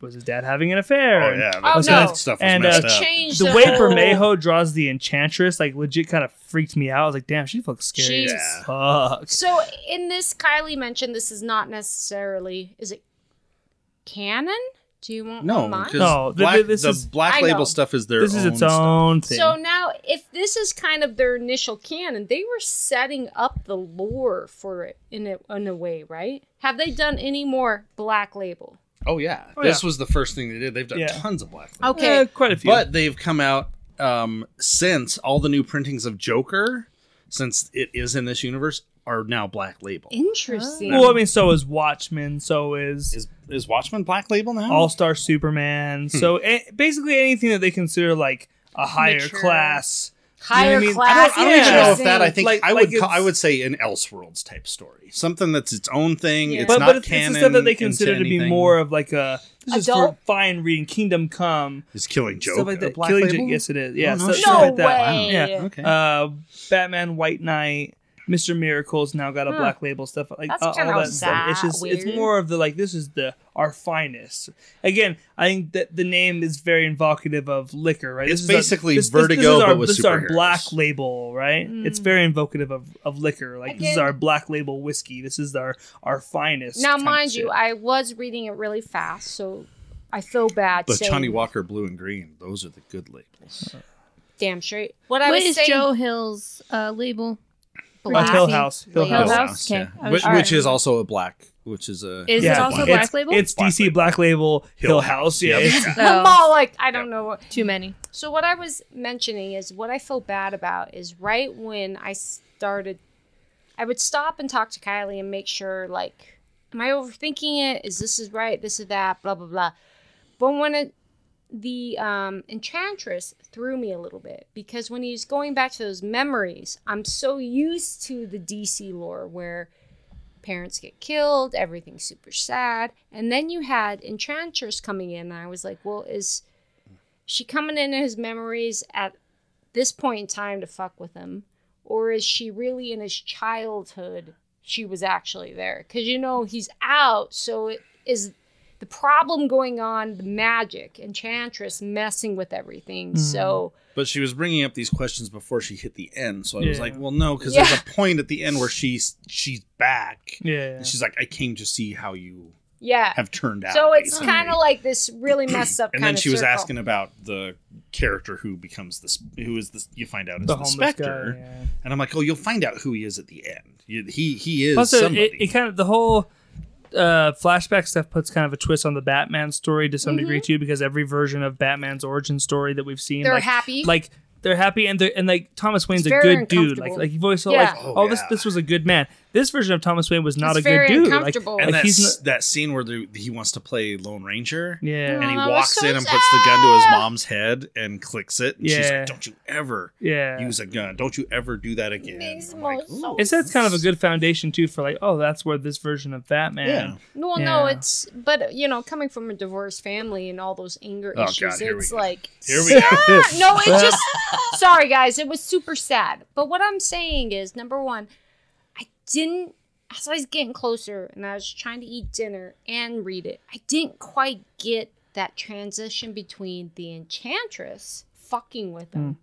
E: was his dad having an affair?
H: Oh
E: And
H: yeah, that,
G: Oh,
H: that
G: no.
H: stuff was
E: And, uh,
H: messed
G: it
H: up.
G: changed
E: The way
G: whole-
E: Bermejo draws the Enchantress, like legit, kind of freaked me out. I was like, damn, she looks scary. as
G: Jeez.
E: Fuck.
G: So in this Kylie mentioned this is not necessarily is it canon? Do you want
H: No,
G: mine?
H: because
E: No, th-
H: black,
E: th- this
H: the
E: is-
H: black
G: I know.
H: label stuff is their.
E: This is
H: own
E: its
H: stuff.
E: own thing.
G: So now, if this is kind of their initial canon, they were setting up the lore for it in a, in a way, right? Have they done any more Black Label?
H: Oh yeah,
E: Oh,
H: this
E: yeah.
H: was the first thing they did. They've done
E: Yeah.
H: tons of black. label.
G: Okay,
E: Eh, quite a few.
H: But they've come out um, since all the new printings of Joker, since it is in this universe, are now black label.
G: interesting.
E: well, I mean, so is Watchmen. So is
H: Is is Watchmen black label now?
E: All Star Superman. So a- basically anything that they consider like a higher
G: Mature.
E: class.
G: higher
E: I mean? I don't-
G: class.
H: I don't even know if
G: interesting.
H: that. I think
E: Like-
H: I
E: like
H: would. ca-
E: it's-
H: I would say an Elseworlds type story, something that's its own thing.
G: Yeah.
H: It's
E: but
H: not
E: but it's,
H: canon.
E: it's the stuff that they
H: into
E: consider to be
H: anything.
E: more of like a this is for
G: Adult?
E: fine reading, Kingdom Come,
H: Is Killing Joke
E: stuff like
H: a
E: that.
H: black
E: Killing
H: label?
E: Joke, yes, it is. Yeah,
H: no
E: stuff-
H: shit.
E: stuff like
G: No
E: that.
G: way.
E: Yeah.
H: Okay.
E: Uh, Batman, White Knight, Mister Miracle's now got a
G: Huh.
E: black label stuff like
G: That's
E: uh, all
G: kinda
E: that stuff. It's
G: sad,
E: just it's
G: weird.
E: more of the like this is the our finest. Again, I think that the name is very evocative of liquor, right?
H: It's
E: This is our-
H: basically
E: this- this- this,
H: Vertigo,
E: is our,
H: but with
E: this is our
H: superheroes.
E: black label, right? It's very evocative of, of liquor. Like this is
G: Again-
E: our black label whiskey. This is our our finest.
G: Now,
E: type of
G: mind
E: shit.
G: you, I was reading it really fast, so I feel bad.
H: But
G: saying,
H: Johnny Walker Blue and Green, those are the good labels.
G: damn straight. What I
F: What
G: was
F: is
G: saying,
F: Joe Hill's uh, label?
I: Black.
E: Hill House. Hill
I: Hill
F: Hell
E: House.
H: House.
F: House. Okay.
H: yeah.
F: I was
J: which,
F: trying.
J: which is also a black, which is a
F: Is it
E: Yeah.
F: also
H: Black
F: black
E: it's,
F: label?
E: It's
H: Black
E: DC Black Label Hill,
H: Hill
E: House.
H: Yep.
E: Yeah,
G: Oh
E: it's-
F: No.
I: I'm all like, I don't know. What.
F: too many.
I: So what I was mentioning is what I feel bad about is right when I started, I would stop and talk to Kylie and make sure like, am I overthinking it? Is this is right? This is that? Blah blah blah. But when it, the um, enchantress threw me a little bit because when he's going back to those memories, I'm so used to the DC lore where parents get killed, everything's super sad, and then you had enchantress coming in, and I was like, well, is she coming in his memories at this point in time to fuck with him or is she really in his childhood she was actually there because you know he's out so it is the problem going on the magic enchantress messing with everything so
H: But she was bringing up these questions before she hit the end, so I was
E: Yeah.
H: like, "Well, no, because
I: Yeah.
H: there's a point at the end where she's she's back.
E: yeah.
H: And she's like, I came to see how you
I: yeah
H: have turned out.
I: so it's
H: basically.
I: kind of like this really messed up
H: And
I: kind
H: then
I: of
H: she was
I: circle.
H: asking about the character who becomes this, who is this? You find out is
E: the
H: the,
E: homeless guy.
H: Spectre,
E: Yeah.
H: and I'm like, oh, you'll find out who he is at the end. You- He he is
E: Also, uh, it,
H: somebody.
E: it kind of the whole uh, flashback stuff puts kind of a twist on the Batman story to some degree too, because every version of Batman's origin story that we've seen,
I: Mm-hmm. They're
E: like,
I: happy.
E: like they're happy, and they're and like Thomas Wayne's
I: It's
E: a
I: very
E: good dude. Like
I: uncomfortable.
E: like you've always felt
I: Yeah.
E: like, oh,
H: Oh,
E: this
H: yeah.
E: this was a good man. This version of Thomas Wayne was not
I: It's
E: a good
I: very
E: dude. Like,
I: uncomfortable.
H: and
E: like
H: that,
E: he's
H: s-
E: not,
H: that scene where the, he wants to play Lone Ranger,
E: yeah.
H: and he
I: Aw, that Oh, was
H: walks
I: so
H: in and puts the gun to his
I: sad.
H: mom's head and clicks it, and she's
E: Yeah.
H: like, "Don't you ever
E: Yeah.
H: use a gun? Don't you ever do that again?"
I: Makes
H: I'm like,
I: more
H: "Ooh."
E: It sets kind of a good foundation too for like, oh, that's where this version of Batman.
H: Yeah.
I: Well, no,
E: Yeah.
I: it's but you know, coming from a divorced family and all those anger
H: Oh,
I: issues,
H: God, here we
I: it's
H: go.
I: like
H: Here we go.
I: sad. No, it just sorry guys, it was super sad. But what I'm saying is, number one, I didn't as I was getting closer and I was trying to eat dinner and read it, I didn't quite get that transition between the enchantress fucking with him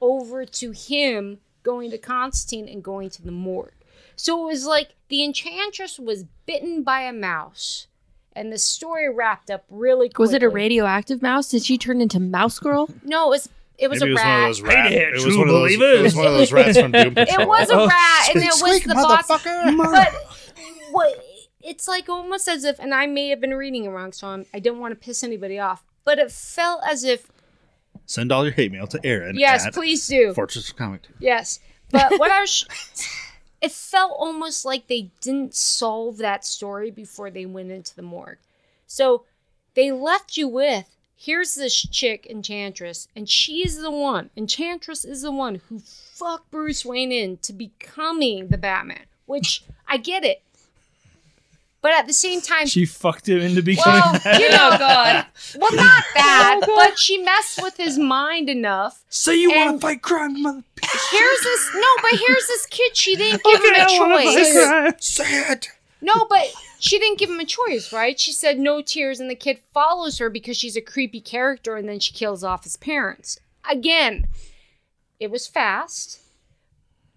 I: over to him going to Constantine and going to the morgue. So it was like the enchantress was bitten by a mouse. And the story wrapped up really quickly.
F: Was it a radioactive mouse? Did she turn into Mouse Girl?
I: No, it was it was
H: Maybe
I: a
H: it was
I: rat.
H: one of those rats.
E: Hey there,
H: It was
E: true
H: one of those. It was
E: believers.
H: one of those rats from Doom Patrol.
I: It was a
E: Oh,
I: rat, and it was the boss. But what? It's like
G: oh,
I: almost as if, and I may have been reading it wrong, so I'm, I didn't want to piss anybody off. But it felt as if,
H: Send all your hate mail to Aaron.
I: yes,
H: at
I: please do,
H: Fortress of Comic.
I: yes. But what I was, it felt almost like they didn't solve that story before they went into the morgue. So they left you with here's this chick enchantress and she's the one enchantress is the one who fucked bruce wayne in to becoming the batman which i get it but at the same time
E: She fucked him into becoming.
I: well Oh, you know god well not that but she messed with his mind enough
E: so you want
I: and-
E: to fight crime, mother?
I: here's this no but here's this kid she didn't give him a choice
H: Sad.
I: No, but she didn't give him a choice, right? She said no tears, and the kid follows her because she's a creepy character, and then she kills off his parents. Again, it was fast,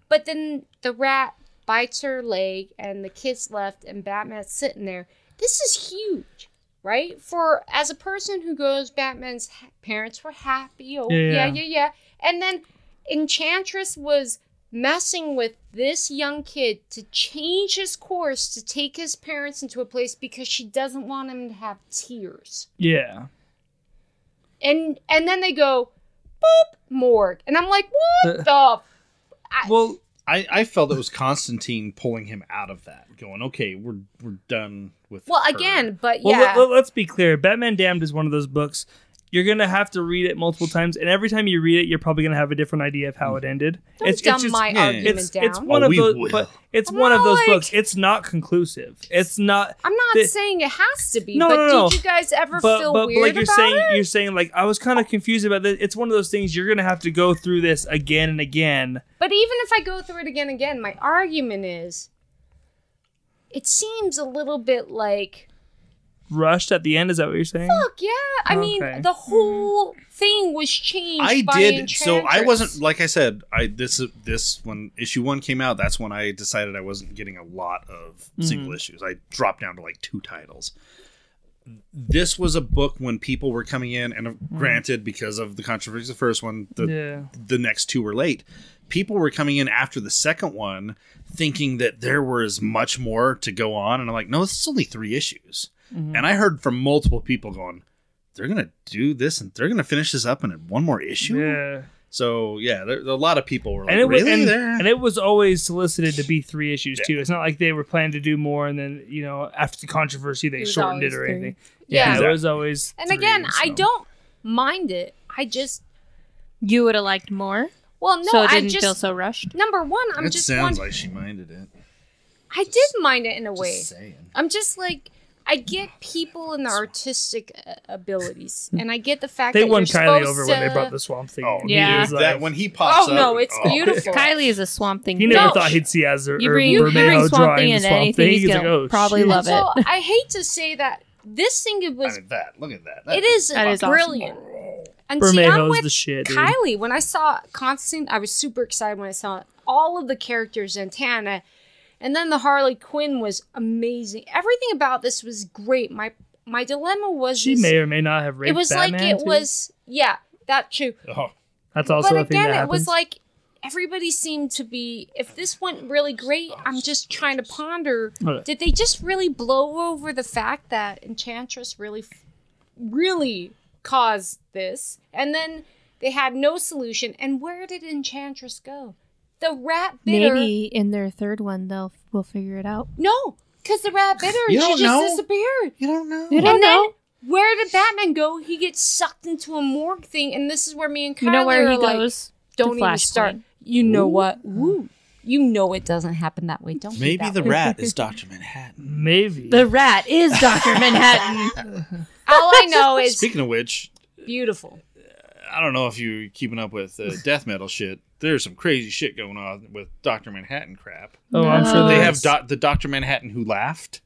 I: but then the rat bites her leg, and the kid's left, and Batman's sitting there. This is huge, right? For as a person who goes, Batman's ha- parents were happy. Oh,
E: Yeah.
I: yeah, yeah, yeah. And then Enchantress was messing with this young kid to change his course to take his parents into a place because she doesn't want him to have tears.
E: Yeah.
I: And and then they go boop morgue. And I'm like,
E: Uh,
I: what the
E: Well,
H: I, I felt it was Constantine pulling him out of that, going, okay, we're we're done with.
I: Well,
H: her."
I: again, but
E: Well,
I: yeah.
E: let, let, us be clear. Batman Damned is one of those books you're gonna have to read it multiple times, and every time you read it, you're probably gonna have a different idea of how it ended.
I: Don't dumb my
H: yeah.
I: argument
E: it's,
I: down.
E: it's one
H: Oh,
E: of
H: we
E: those,
H: will.
E: but it's
I: I'm
E: one of
I: not
E: those
I: like-
E: books. It's not conclusive. It's not.
I: I'm not
E: the-
I: saying it has to be,
E: No,
I: but
E: no, no.
I: did you guys ever
E: But,
I: feel
E: but, but
I: weird
E: like you're
I: about
E: saying,
I: it?
E: you're saying like I was kind of confused about this. It's one of those things you're gonna have to go through this again and again.
I: But even if I go through it again and again, my argument is it seems a little bit like
E: Rushed at the end. Is that what you're saying?
I: Fuck yeah! I
E: Okay.
I: mean, the whole thing was changed.
H: I
I: by
H: did. So I
I: Enchantress.
H: wasn't like I said. I this this when issue one came out, that's when I decided I wasn't getting a lot of single issues. I dropped down to like two titles. this was a book when people were coming in, and uh, granted, because of the controversy, of the first one, the
E: yeah.
H: the next two were late. People were coming in after the second one thinking that there was much more to go on. And I'm like, no, this is only three issues.
E: Mm-hmm.
H: And I heard from multiple people going, they're going to do this and they're going to finish this up in one more issue.
E: Yeah.
H: So, yeah, there, a lot of people were like,
E: and it was
H: really?
E: and,
H: there?
E: and it was always solicited to be three issues too. It's not like they were planning to do more and then you know after the controversy they
F: It was
E: shortened it
F: always
E: or
F: three.
E: anything.
G: Yeah.
E: it was always.
G: And
E: three,
G: again, I
E: so.
G: don't mind it. I just
F: You would have liked more,
G: well, no,
F: so it
G: I
F: didn't
G: just
F: feel so rushed.
G: number one, I'm
H: it
G: just
H: sounds
G: one,
H: like she minded it.
G: I did mind it in a way.
H: Just saying.
G: I'm just like I get people and their artistic uh, abilities, and I get the fact
E: Hmm. They
G: that
E: won
G: you're
E: Kylie
G: supposed
E: over
G: to...
E: when they brought the Swamp Thing.
H: Oh,
E: in.
F: Yeah.
E: He
H: Dude,
E: was like-
H: that when he pops
G: Oh
H: up.
G: no, it's beautiful.
F: Kylie is a Swamp Thing.
E: He
F: fan.
E: never
G: No.
E: thought he'd see as or,
F: You bring-
E: or
F: you bring
E: Bermejo
F: Swamp
E: drawing
F: Thing
E: the
F: into
E: Swamp
F: anything,
E: Thing.
F: he's
E: like,
F: gonna
E: oh,
F: probably
E: shit.
F: love it.
G: So I hate to say that this thing it
H: Look
G: was
H: at that. Look at that. That-
G: it is,
F: That is awesome.
G: brilliant. And see, I'm
E: Bermejo's
G: with
E: the shit. Dude.
G: Kylie. When I saw Constant, I was super excited when I saw all of the characters in Tana, and then the Harley Quinn was amazing. Everything about this was great. My my dilemma was
E: She
G: is
E: may or may not have raped
G: it was like
E: Batman,
G: it
E: too.
G: was yeah that too.
H: Oh,
E: That's also
G: but
E: a thing
G: again,
E: that
G: it
E: happens.
G: was like everybody seemed to be. If this went really great, I'm just trying to ponder:
E: Okay.
G: did they just really blow over the fact that Enchantress really, f- really caused this, and then they had no solution? And where did Enchantress go? The rat bitter.
F: Maybe in their third one they'll we'll figure it out.
G: No, because the rat bitter.
H: You
G: she
H: don't
G: just
H: know?
G: disappeared.
H: you don't know.
F: You don't
G: And then-
F: know.
G: Where did Batman go? He gets sucked into a morgue thing, and this is where me and Kylie
F: You know where
G: are
F: he
G: like,
F: goes.
G: don't even
F: Flashpoint.
G: start. You know what? Woo. You know it doesn't happen that way. Don't
H: Maybe
G: think
H: the
G: that way.
H: rat is Dr. Manhattan.
E: Maybe
F: The rat is Doctor Manhattan.
G: All I know is
H: Speaking of which,
G: beautiful.
H: I don't know if you're keeping up with uh, death metal shit. There's some crazy shit going on with Doctor Manhattan crap.
E: Oh, I'm sure
F: No.
H: They
E: there
H: have
E: is.
H: doc the Doctor Manhattan who laughed,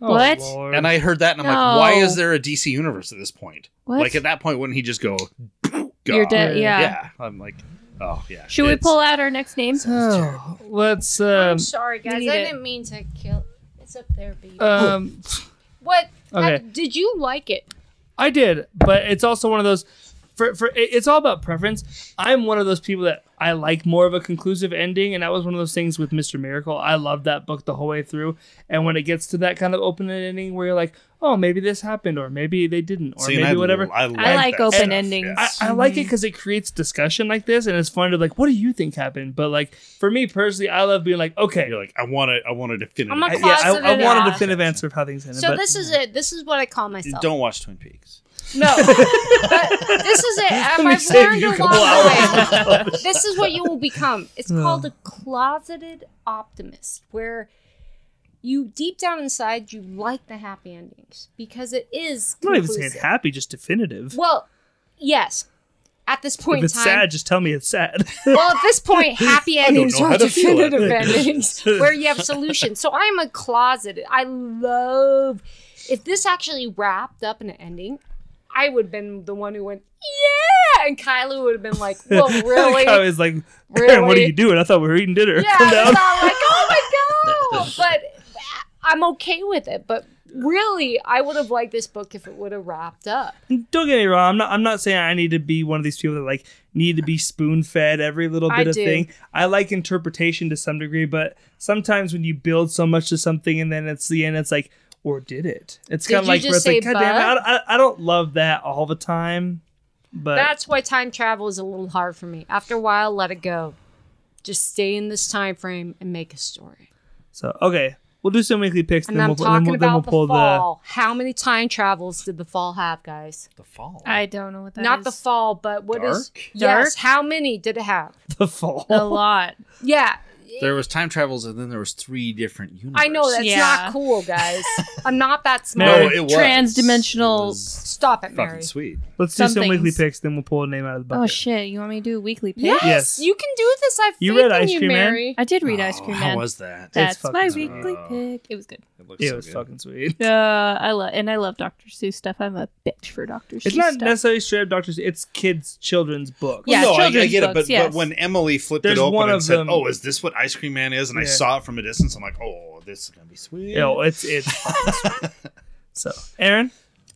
E: Oh,
F: What?
E: Lord.
H: and I heard that, and I'm like,
F: No.
H: why is there a DC universe at this point?
F: What?
H: Like at that point, wouldn't he just go? God.
F: You're dead. Yeah.
H: Yeah. I'm like, oh yeah.
F: Should we
H: it's-
F: pull out our next name?
E: Oh, let's um
G: I'm sorry, guys. I
F: need it.
G: didn't mean to kill. It's up there, B.
E: um
G: what?
E: okay.
G: Have- did you like it?
E: I did, but it's also one of those. For, for it- it's all about preference. I'm one of those people that I like more of a conclusive ending, and that was one of those things with Mister Miracle. I loved that book the whole way through, and when it gets to that kind of open ending where you're like, oh, maybe this happened, or maybe they didn't, or
H: See, and
E: maybe
H: I-
E: whatever.
H: I like,
F: I like
H: that
F: open
H: stuff,
F: endings.
H: yeah.
E: I, I like it because it creates discussion like this, and it's fun to like, what do you think happened? But like for me personally, I love being like, okay,
H: You're like, I want to. I want to definitive.
G: I'm a
E: I-
H: answer.
E: yeah, I,
G: Closeted
E: I want a
G: ass.
E: definitive answer of how things ended.
G: So
E: but
G: this is it. Uh, This is what I call myself.
H: Don't watch Twin Peaks.
G: No, But this is it. I've
E: me
G: I've
E: save
G: learned
E: you a
G: along
E: couple
G: the way. This is what you will become. It's called a closeted optimist, where you deep down inside you like the happy endings because it is.
E: I'm not even saying
G: conclusive.
E: happy, just definitive.
G: Well, yes. At this point
E: if it's
G: in time,
E: sad, just tell me it's sad.
G: well, at this point, happy endings
H: know
G: are
H: how to feel
G: definitive
H: it.
G: endings where you have solutions. So I'm a closet. I love if this actually wrapped up in an ending. I would have been the one who went, yeah, and Kylie would have been like, well, really?
E: I was like, Aaron,
G: Really?
E: what are you doing? I thought we were eating dinner.
G: yeah,
E: Come
G: I was
E: down.
G: all like, oh my god! But I'm okay with it. But really, I would have liked this book if it would have wrapped up.
E: Don't get me wrong. I'm not. I'm not saying I need to be one of these people that like need to be spoon fed every little
G: I
E: bit of
G: do.
E: thing. I like interpretation to some degree, but sometimes when you build so much to something and then it's the end, it's like, or did it? It's
G: Did
E: kind of
G: you
E: like where it's
G: just
E: like,
G: say
E: God damn it,
G: but?
E: I, I, I don't love that all the time. But
G: That's why time travel is a little hard for me. After a while, let it go. Just stay in this time frame and make a story.
E: so okay, we'll do some weekly picks.
G: And
E: then
G: I'm
E: we'll,
G: talking
E: then we'll, then
G: about
E: we'll pull
G: the fall. How many time travels did the fall have, guys?
H: The fall.
F: I don't know what that
G: Not
F: is.
G: the fall, but what is?
H: Dark?
G: Yes. How many did it have?
E: the the fall.
F: A lot.
G: Yeah.
H: There was time travels, and then there was three different universes.
G: I know that's
F: Yeah.
G: not cool, guys. I'm not that smart.
E: Mary.
H: No, it was
F: Transdimensional-
H: It was
G: Stop it,
H: fucking
G: Mary.
H: sweet.
E: Let's do
F: Some
E: some weekly
F: things.
E: picks. Then we'll pull a name out of the bucket.
F: Oh shit! You want me to do weekly pick?
G: Yes,
E: Yes.
G: you can do this. I've
E: You
G: faith
E: read
G: in
E: Ice
G: you,
E: Cream Man?
G: Mary.
F: I did read Ice Cream
H: Oh,
F: Man.
H: How was that?
F: That's
E: fucking
F: my
E: sweet.
F: weekly pick. It was good.
H: It, looks
E: It
H: so
E: was
H: good.
E: fucking sweet.
F: Uh, I love and I love Dr. Seuss stuff. I'm a bitch for Dr. Seuss
E: It's not
F: stuff.
E: necessarily straight up Doctor. Seuss, It's kids' children's book.
F: Yeah,
H: no, I- I,
F: children's
H: get it,
F: books,
H: but,
F: yes.
H: but when Emily flipped
E: There's
H: it open
E: one
H: and
E: of
H: said,
E: them-
H: "Oh, is this what Ice Cream Man is?" and I
E: Yeah.
H: saw it from a distance, I'm like, "Oh, this is gonna be sweet."
E: Yo, it's it's. fucking sweet. so, Aaron,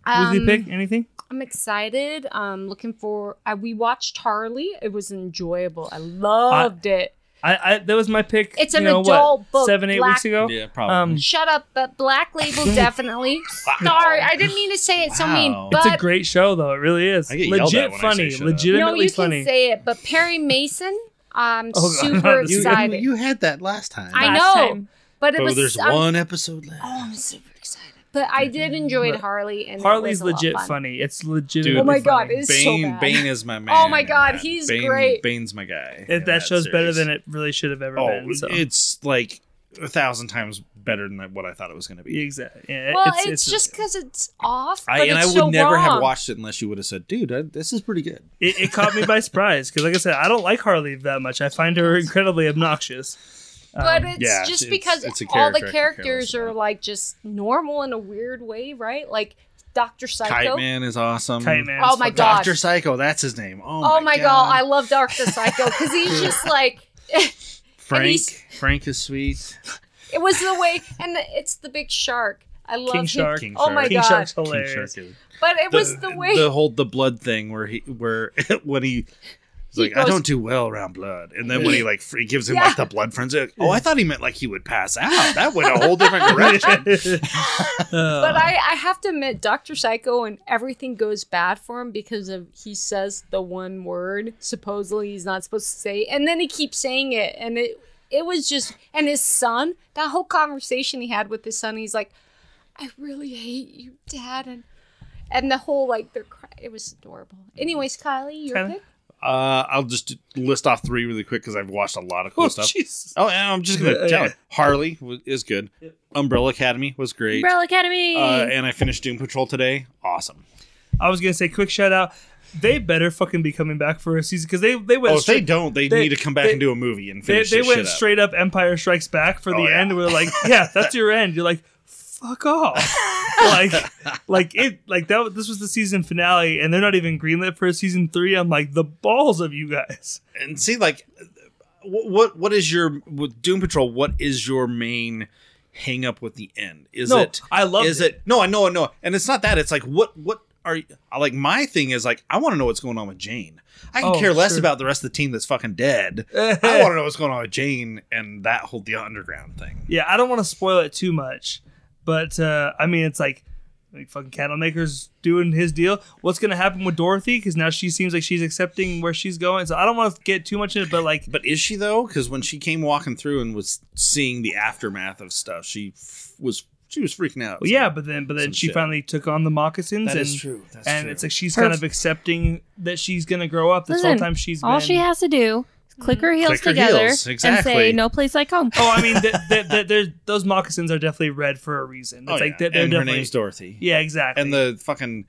E: Weekly
G: Um,
E: pick? Anything?
G: I'm excited. Um, looking for. Uh, we watched Harley. It was enjoyable. I loved it.
E: I, I that was my pick.
G: It's
E: you
G: an
E: know, what,
G: adult book,
E: Seven eight
G: black-
E: weeks ago.
K: Yeah, probably.
E: Um,
G: Shut up, but Black Label definitely. Sorry, I didn't mean to say it so mean,
H: Wow.
G: but
E: it's a great show though. It really is.
H: I get yelled
E: Legit
H: at when I say
E: funny.
H: shut up.
G: no,
E: legitimately
G: you
E: funny.
G: can say it. But Perry Mason, um, I'm
E: Oh, God.
G: super
E: You-
G: excited.
H: you had that last time.
G: I
F: Last
G: know,
F: time.
G: but it
H: but
G: was.
H: there's
G: I'm-
H: one episode left.
G: Oh, I'm super excited. But I did enjoy Harley, and it
E: Harley's
G: was a lot
E: legit
G: fun.
E: funny. It's legit.
K: Dude, Oh
G: my God, it's so
K: Bane,
G: bad.
K: Bane is my man.
G: Oh my God,
K: man.
G: he's
K: Bane,
G: great.
K: Bane's my guy. in
E: It, that show's better
H: series.
E: than it really should have ever
H: Oh,
E: been. So.
H: it's like a thousand times better than what I thought it was going to be.
E: exactly. Yeah,
G: Well, it's, just because it's off.
K: I,
G: but
K: and I
G: it's
K: would
G: so
K: never
G: wrong.
K: have watched it unless you would have said, "Dude, I, this is pretty good."
E: it, it caught me by surprise because, like I said, I don't like Harley that much. I find her incredibly obnoxious. Um,
G: But it's
H: yeah,
G: just
H: it's-
G: because
H: it's a
G: all the
H: character I could care
G: characters
H: less
G: are
H: about.
G: like just normal in a weird way, right? Like oh Doctor Psycho.
K: Kite Man is awesome.
E: Kite Man.
G: Oh
E: is
G: my
E: fucking-
G: God.
H: Doctor Psycho, that's his name.
G: Oh,
H: Oh,
G: my god. I love Doctor Psycho because he's just like and
H: Frank,
G: he's-
H: Frank is sweet.
G: it was the way, and the, it's the big shark. I love
E: King
G: him.
E: Shark.
H: King
G: Oh my
H: Shark.
E: King
G: god!
E: Shark's
H: King
E: hilarious.
H: Shark is-
G: But it was the way.
K: the whole the blood thing where he where
H: when he. he's
G: He
H: like, I
G: goes-
H: don't do well around blood. And then when he like fr- he gives him
G: Yeah.
H: like the blood frenzy, like, oh, I thought he meant like he would pass out. That went a whole different direction.
G: but I, I have to admit, Doctor Psycho and everything goes bad for him because of he says the one word supposedly he's not supposed to say, and then he keeps saying it, and it it was just and his son that whole conversation he had with his son, he's like, I really hate you, Dad, and and the whole like they're cry- it was adorable. Anyways, Kylie, your
E: Kinda.
G: pick.
H: Uh, I'll just list off three really quick because I've watched a lot of cool stuff.
E: Jesus.
H: Oh, and I'm just gonna
E: Yeah,
H: tell
E: yeah.
H: it. Harley wa- is good. Umbrella Academy was great.
F: Umbrella Academy.
H: Uh, and I finished Doom Patrol today. Awesome.
E: I was gonna say quick shout out. They better fucking be coming back for a season because they they went
H: Oh, if they
E: straight.
H: don't, they,
E: they-
H: need to come back
E: they-
H: and do a movie and
E: They,
H: finish.
E: they
H: this
E: went
H: shit up.
E: straight up Empire Strikes Back for the
H: Oh, yeah.
E: end. We're like, yeah, that's your end. You're like, fuck off. like, like it, like that. was- This was the season finale, and they're not even greenlit for season three. I'm like, the balls of you guys.
H: and see like what what, what is your with Doom Patrol? What is your main hang up with the end? Is
E: No,
H: it
E: I loved
H: is
E: it.
H: it. No, I know, I know, and it's not that. It's like what what are you, like my thing is like I want to know what's going on with Jane. I can
E: Oh,
H: care less
E: sure.
H: about the rest of the team that's fucking dead. I want to know what's going on with Jane and that whole the underground thing.
E: Yeah, I don't want to spoil it too much, but uh, I mean, it's like, like fucking cattle makers doing his deal. What's gonna happen with Dorothy? Because now she seems like she's accepting where she's going. So I don't want to get too much in it, but like,
H: But is she though? Because when she came walking through and was seeing the aftermath of stuff, she f- was she was freaking out.
E: well, yeah, but then but then
H: some
E: she
H: shit.
E: finally took on the moccasins.
H: That
E: and,
H: is true. That's
E: and
H: true.
E: it's like she's
F: Her-
E: kind of accepting that she's gonna grow up. This whole
F: Listen,
E: time she's
F: All
E: been-
F: she has to do is click her heels
H: Click her
F: together
H: heels,
F: and
H: exactly.
F: say, "No place like home."
E: Oh, I mean, th- th- th- there's those moccasins are definitely red for a reason. It's
H: Oh,
E: like
H: yeah.
E: they're, they're
H: and her
E: definitely
H: name's Dorothy.
E: yeah, exactly.
H: and the fucking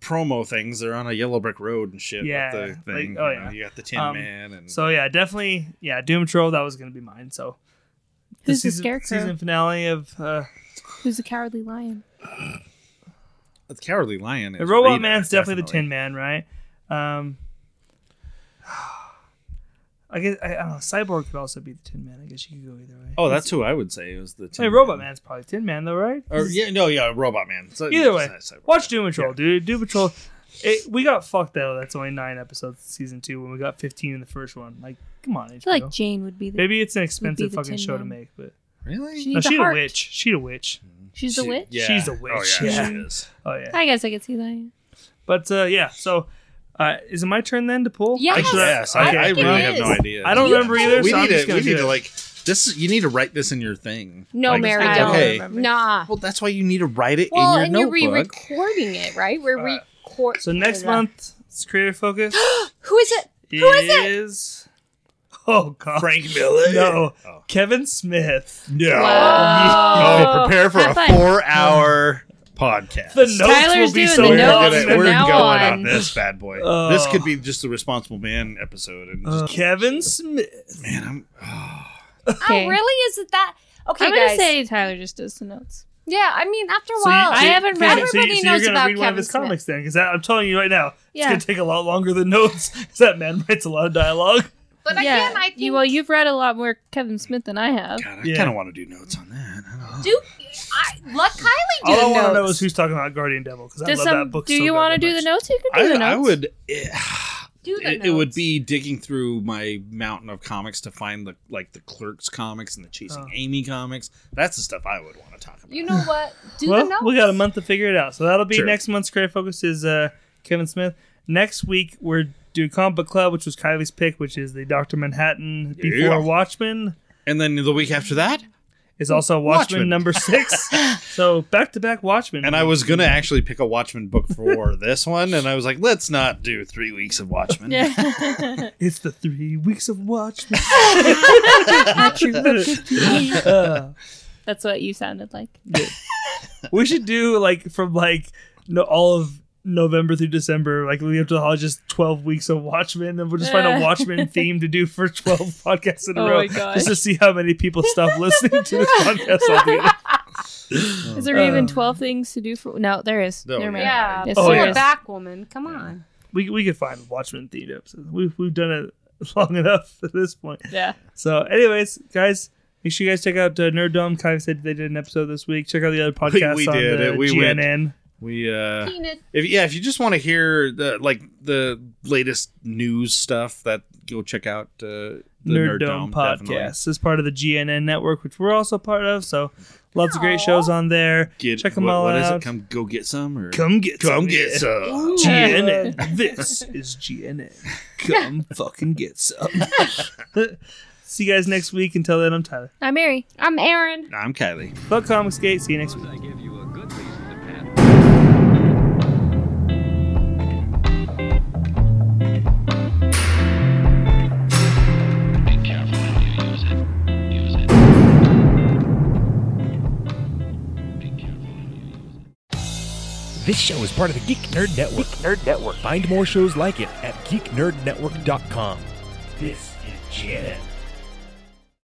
H: promo things they're on a yellow brick road and shit
E: Yeah,
H: with the thing
E: like- oh,
H: you, know,
E: yeah.
H: you got the tin
E: Um,
H: man and
E: So yeah, definitely yeah, Doom Patrol. That was gonna be mine. So
F: Who's the
E: season,
F: scarecrow?
E: Season finale of uh,
F: Who's a cowardly lion?
H: the cowardly lion is
E: the Robot
H: Rita,
E: Man's definitely, the Tin Man, right? Um, I guess I, I don't know. Cyborg could also be the Tin Man. I guess you could go either way.
H: oh that's who i would say was the
E: I
H: tin
E: mean, Robot Man's probably Tin Man though, right?
H: or yeah no yeah robot man So-
E: Either way,
H: so-
E: watch Doom Patrol, dude. Doom Patrol. It, we got fucked though. That's only nine episodes in season two when we got fifteen in the first one. Like, come on, HBO.
F: I feel like Jane would be the.
E: Maybe it's an
F: be
E: expensive
F: the
E: fucking
F: Tin
E: show to
F: Man.
E: make, but
H: really
F: She
E: no,
F: needs
E: she's
F: a
E: a
F: heart.
E: witch. She's a witch.
F: She's a
H: She-
F: witch.
H: yeah.
E: She's a witch,
H: oh, yeah,
E: yeah.
H: she is
E: Oh yeah.
F: I guess I could see that.
E: But uh, yeah, so uh, is it my turn then to pull?
G: Yes.
H: I,
G: Actually,
H: yes,
E: I
H: I,
E: think
H: I really
G: it
H: have no
G: is.
H: idea
E: I don't
H: Yeah.
E: remember either,
H: we
E: so
H: need
E: I'm just
H: to,
E: gonna
H: we need
E: do
H: to
E: it.
H: like this is you need to write this in your thing
G: No,
H: Like,
G: Mary,
F: I
G: don't.
F: don't
H: okay
F: remember.
G: Nah.
H: well that's why you need to write it
G: Well,
H: in
G: and
H: your
G: you're
H: notebook
G: re-recording it, right? We're
E: Uh,
G: record.
E: So next month, it's creator focus.
G: who is it?
E: Who is, Oh God,
H: frank miller
E: No,
H: Oh.
E: Kevin Smith.
H: no
G: Wow.
H: Oh, prepare for
F: Have
H: a
F: fun.
H: four-hour podcast.
E: The notes will
F: Tyler's
E: be
F: doing
E: so
F: the
H: we're
F: notes
E: long.
H: gonna-
F: from
H: we're
F: now
H: going on.
F: on.
H: this bad boy.
E: Oh.
H: This could be just the responsible man episode. And just,
E: Uh, Kevin Smith.
H: man, I'm
F: Okay.
G: Oh, really? Is it that? Okay,
F: I'm gonna
G: guys.
F: say Tyler just does the notes.
G: yeah, I mean, after a
E: So you-
G: while,
E: so
G: I
E: you-
G: haven't
E: so you-
G: read.
E: so you-
G: Everybody
E: so
G: knows
E: you're gonna
G: about
E: read one of
G: Kevin
E: his
G: Smith.
E: comics then, because I'm telling you right now, it's
F: Yeah.
E: gonna take a lot longer than notes. Because that man writes a lot of dialogue.
G: But
F: yeah.
G: again, I
F: You-
G: think
F: well, you've read a lot more Kevin Smith than I have.
H: God, I
E: Yeah.
H: kind of want to do notes on that. I don't know.
I: Do I, let Kylie do
E: All
I: the
E: I want to
I: notes.
E: know is who's talking about Guardian Devil because I love
F: Does some,
E: that book.
F: do you want to do the notes? You can do
H: I,
F: the notes.
H: I would. eh,
I: do the
H: It,
I: notes.
H: it would be digging through my mountain of comics to find the like the Clerks comics and the Chasing
E: Oh.
H: Amy comics. That's the stuff I would want to talk about.
I: You know what? Do the
E: Well,
I: notes.
E: we got a month to figure it out. So that'll be
H: Sure.
E: next month's creative focus is uh, Kevin Smith. Next week we're doing comic book club, which was Kylie's pick, which is the Doctor Manhattan before
H: Yeah.
E: Watchmen.
H: and then the week after that,
E: Is also Watchmen,
H: Watchmen.
E: number six. so back to back Watchmen.
H: and I was gonna actually pick a Watchmen book for this one, and I was like, let's not do three weeks of Watchmen.
F: Yeah.
E: it's the three weeks of Watchmen. Uh,
F: That's what you sounded like.
E: we should do like from like no all of November through December, like leading up to the holidays, just twelve weeks of Watchmen, and we'll just find a Watchmen theme to do for twelve podcasts in a
F: Oh
E: row,
F: my gosh.
E: just to see how many people stop listening to this podcast. Altogether.
F: Is there even
E: Uh.
F: 12 things to do for. No, there is.
H: No,
F: Never mind.
I: Yeah,
F: Yes,
I: pull
E: Oh,
I: her
E: yes.
I: back, woman. Come on.
E: We we could find Watchmen themed episodes. We've we've done it long enough at this point.
F: Yeah.
E: So, anyways, guys. Make sure you guys check out uh, Nerd Dome. Kai said they did an episode this week. Check out the other podcasts
H: we
E: on uh,
H: did
E: the
H: it. We went-
E: GNN.
H: We uh,
I: Peanut.
H: if yeah, if you just want to hear the like the latest news stuff, that go check out uh, the
E: Nerd Dome podcast
H: definitely.
E: is part of the GNN network, which we're also part of. So lots of great shows on there.
H: Get,
E: Check them
H: what-
E: all
H: what is
E: out.
H: it? Come go get some or
E: Come get
H: Come
E: some.
H: get some.
E: GNN. this is GNN. Come fucking get some. See you guys next week. Until then, I'm Tyler.
F: I'm Mary.
I: I'm Aaron.
H: I'm Kylie.
E: Fuck Comics Gate. See you next week.
L: Suppose I give you a good reason to panic.
M: This show is part of the Geek Nerd Network. Nerd Network. Find more shows like it at geeknerdnetwork.com. This is Janet.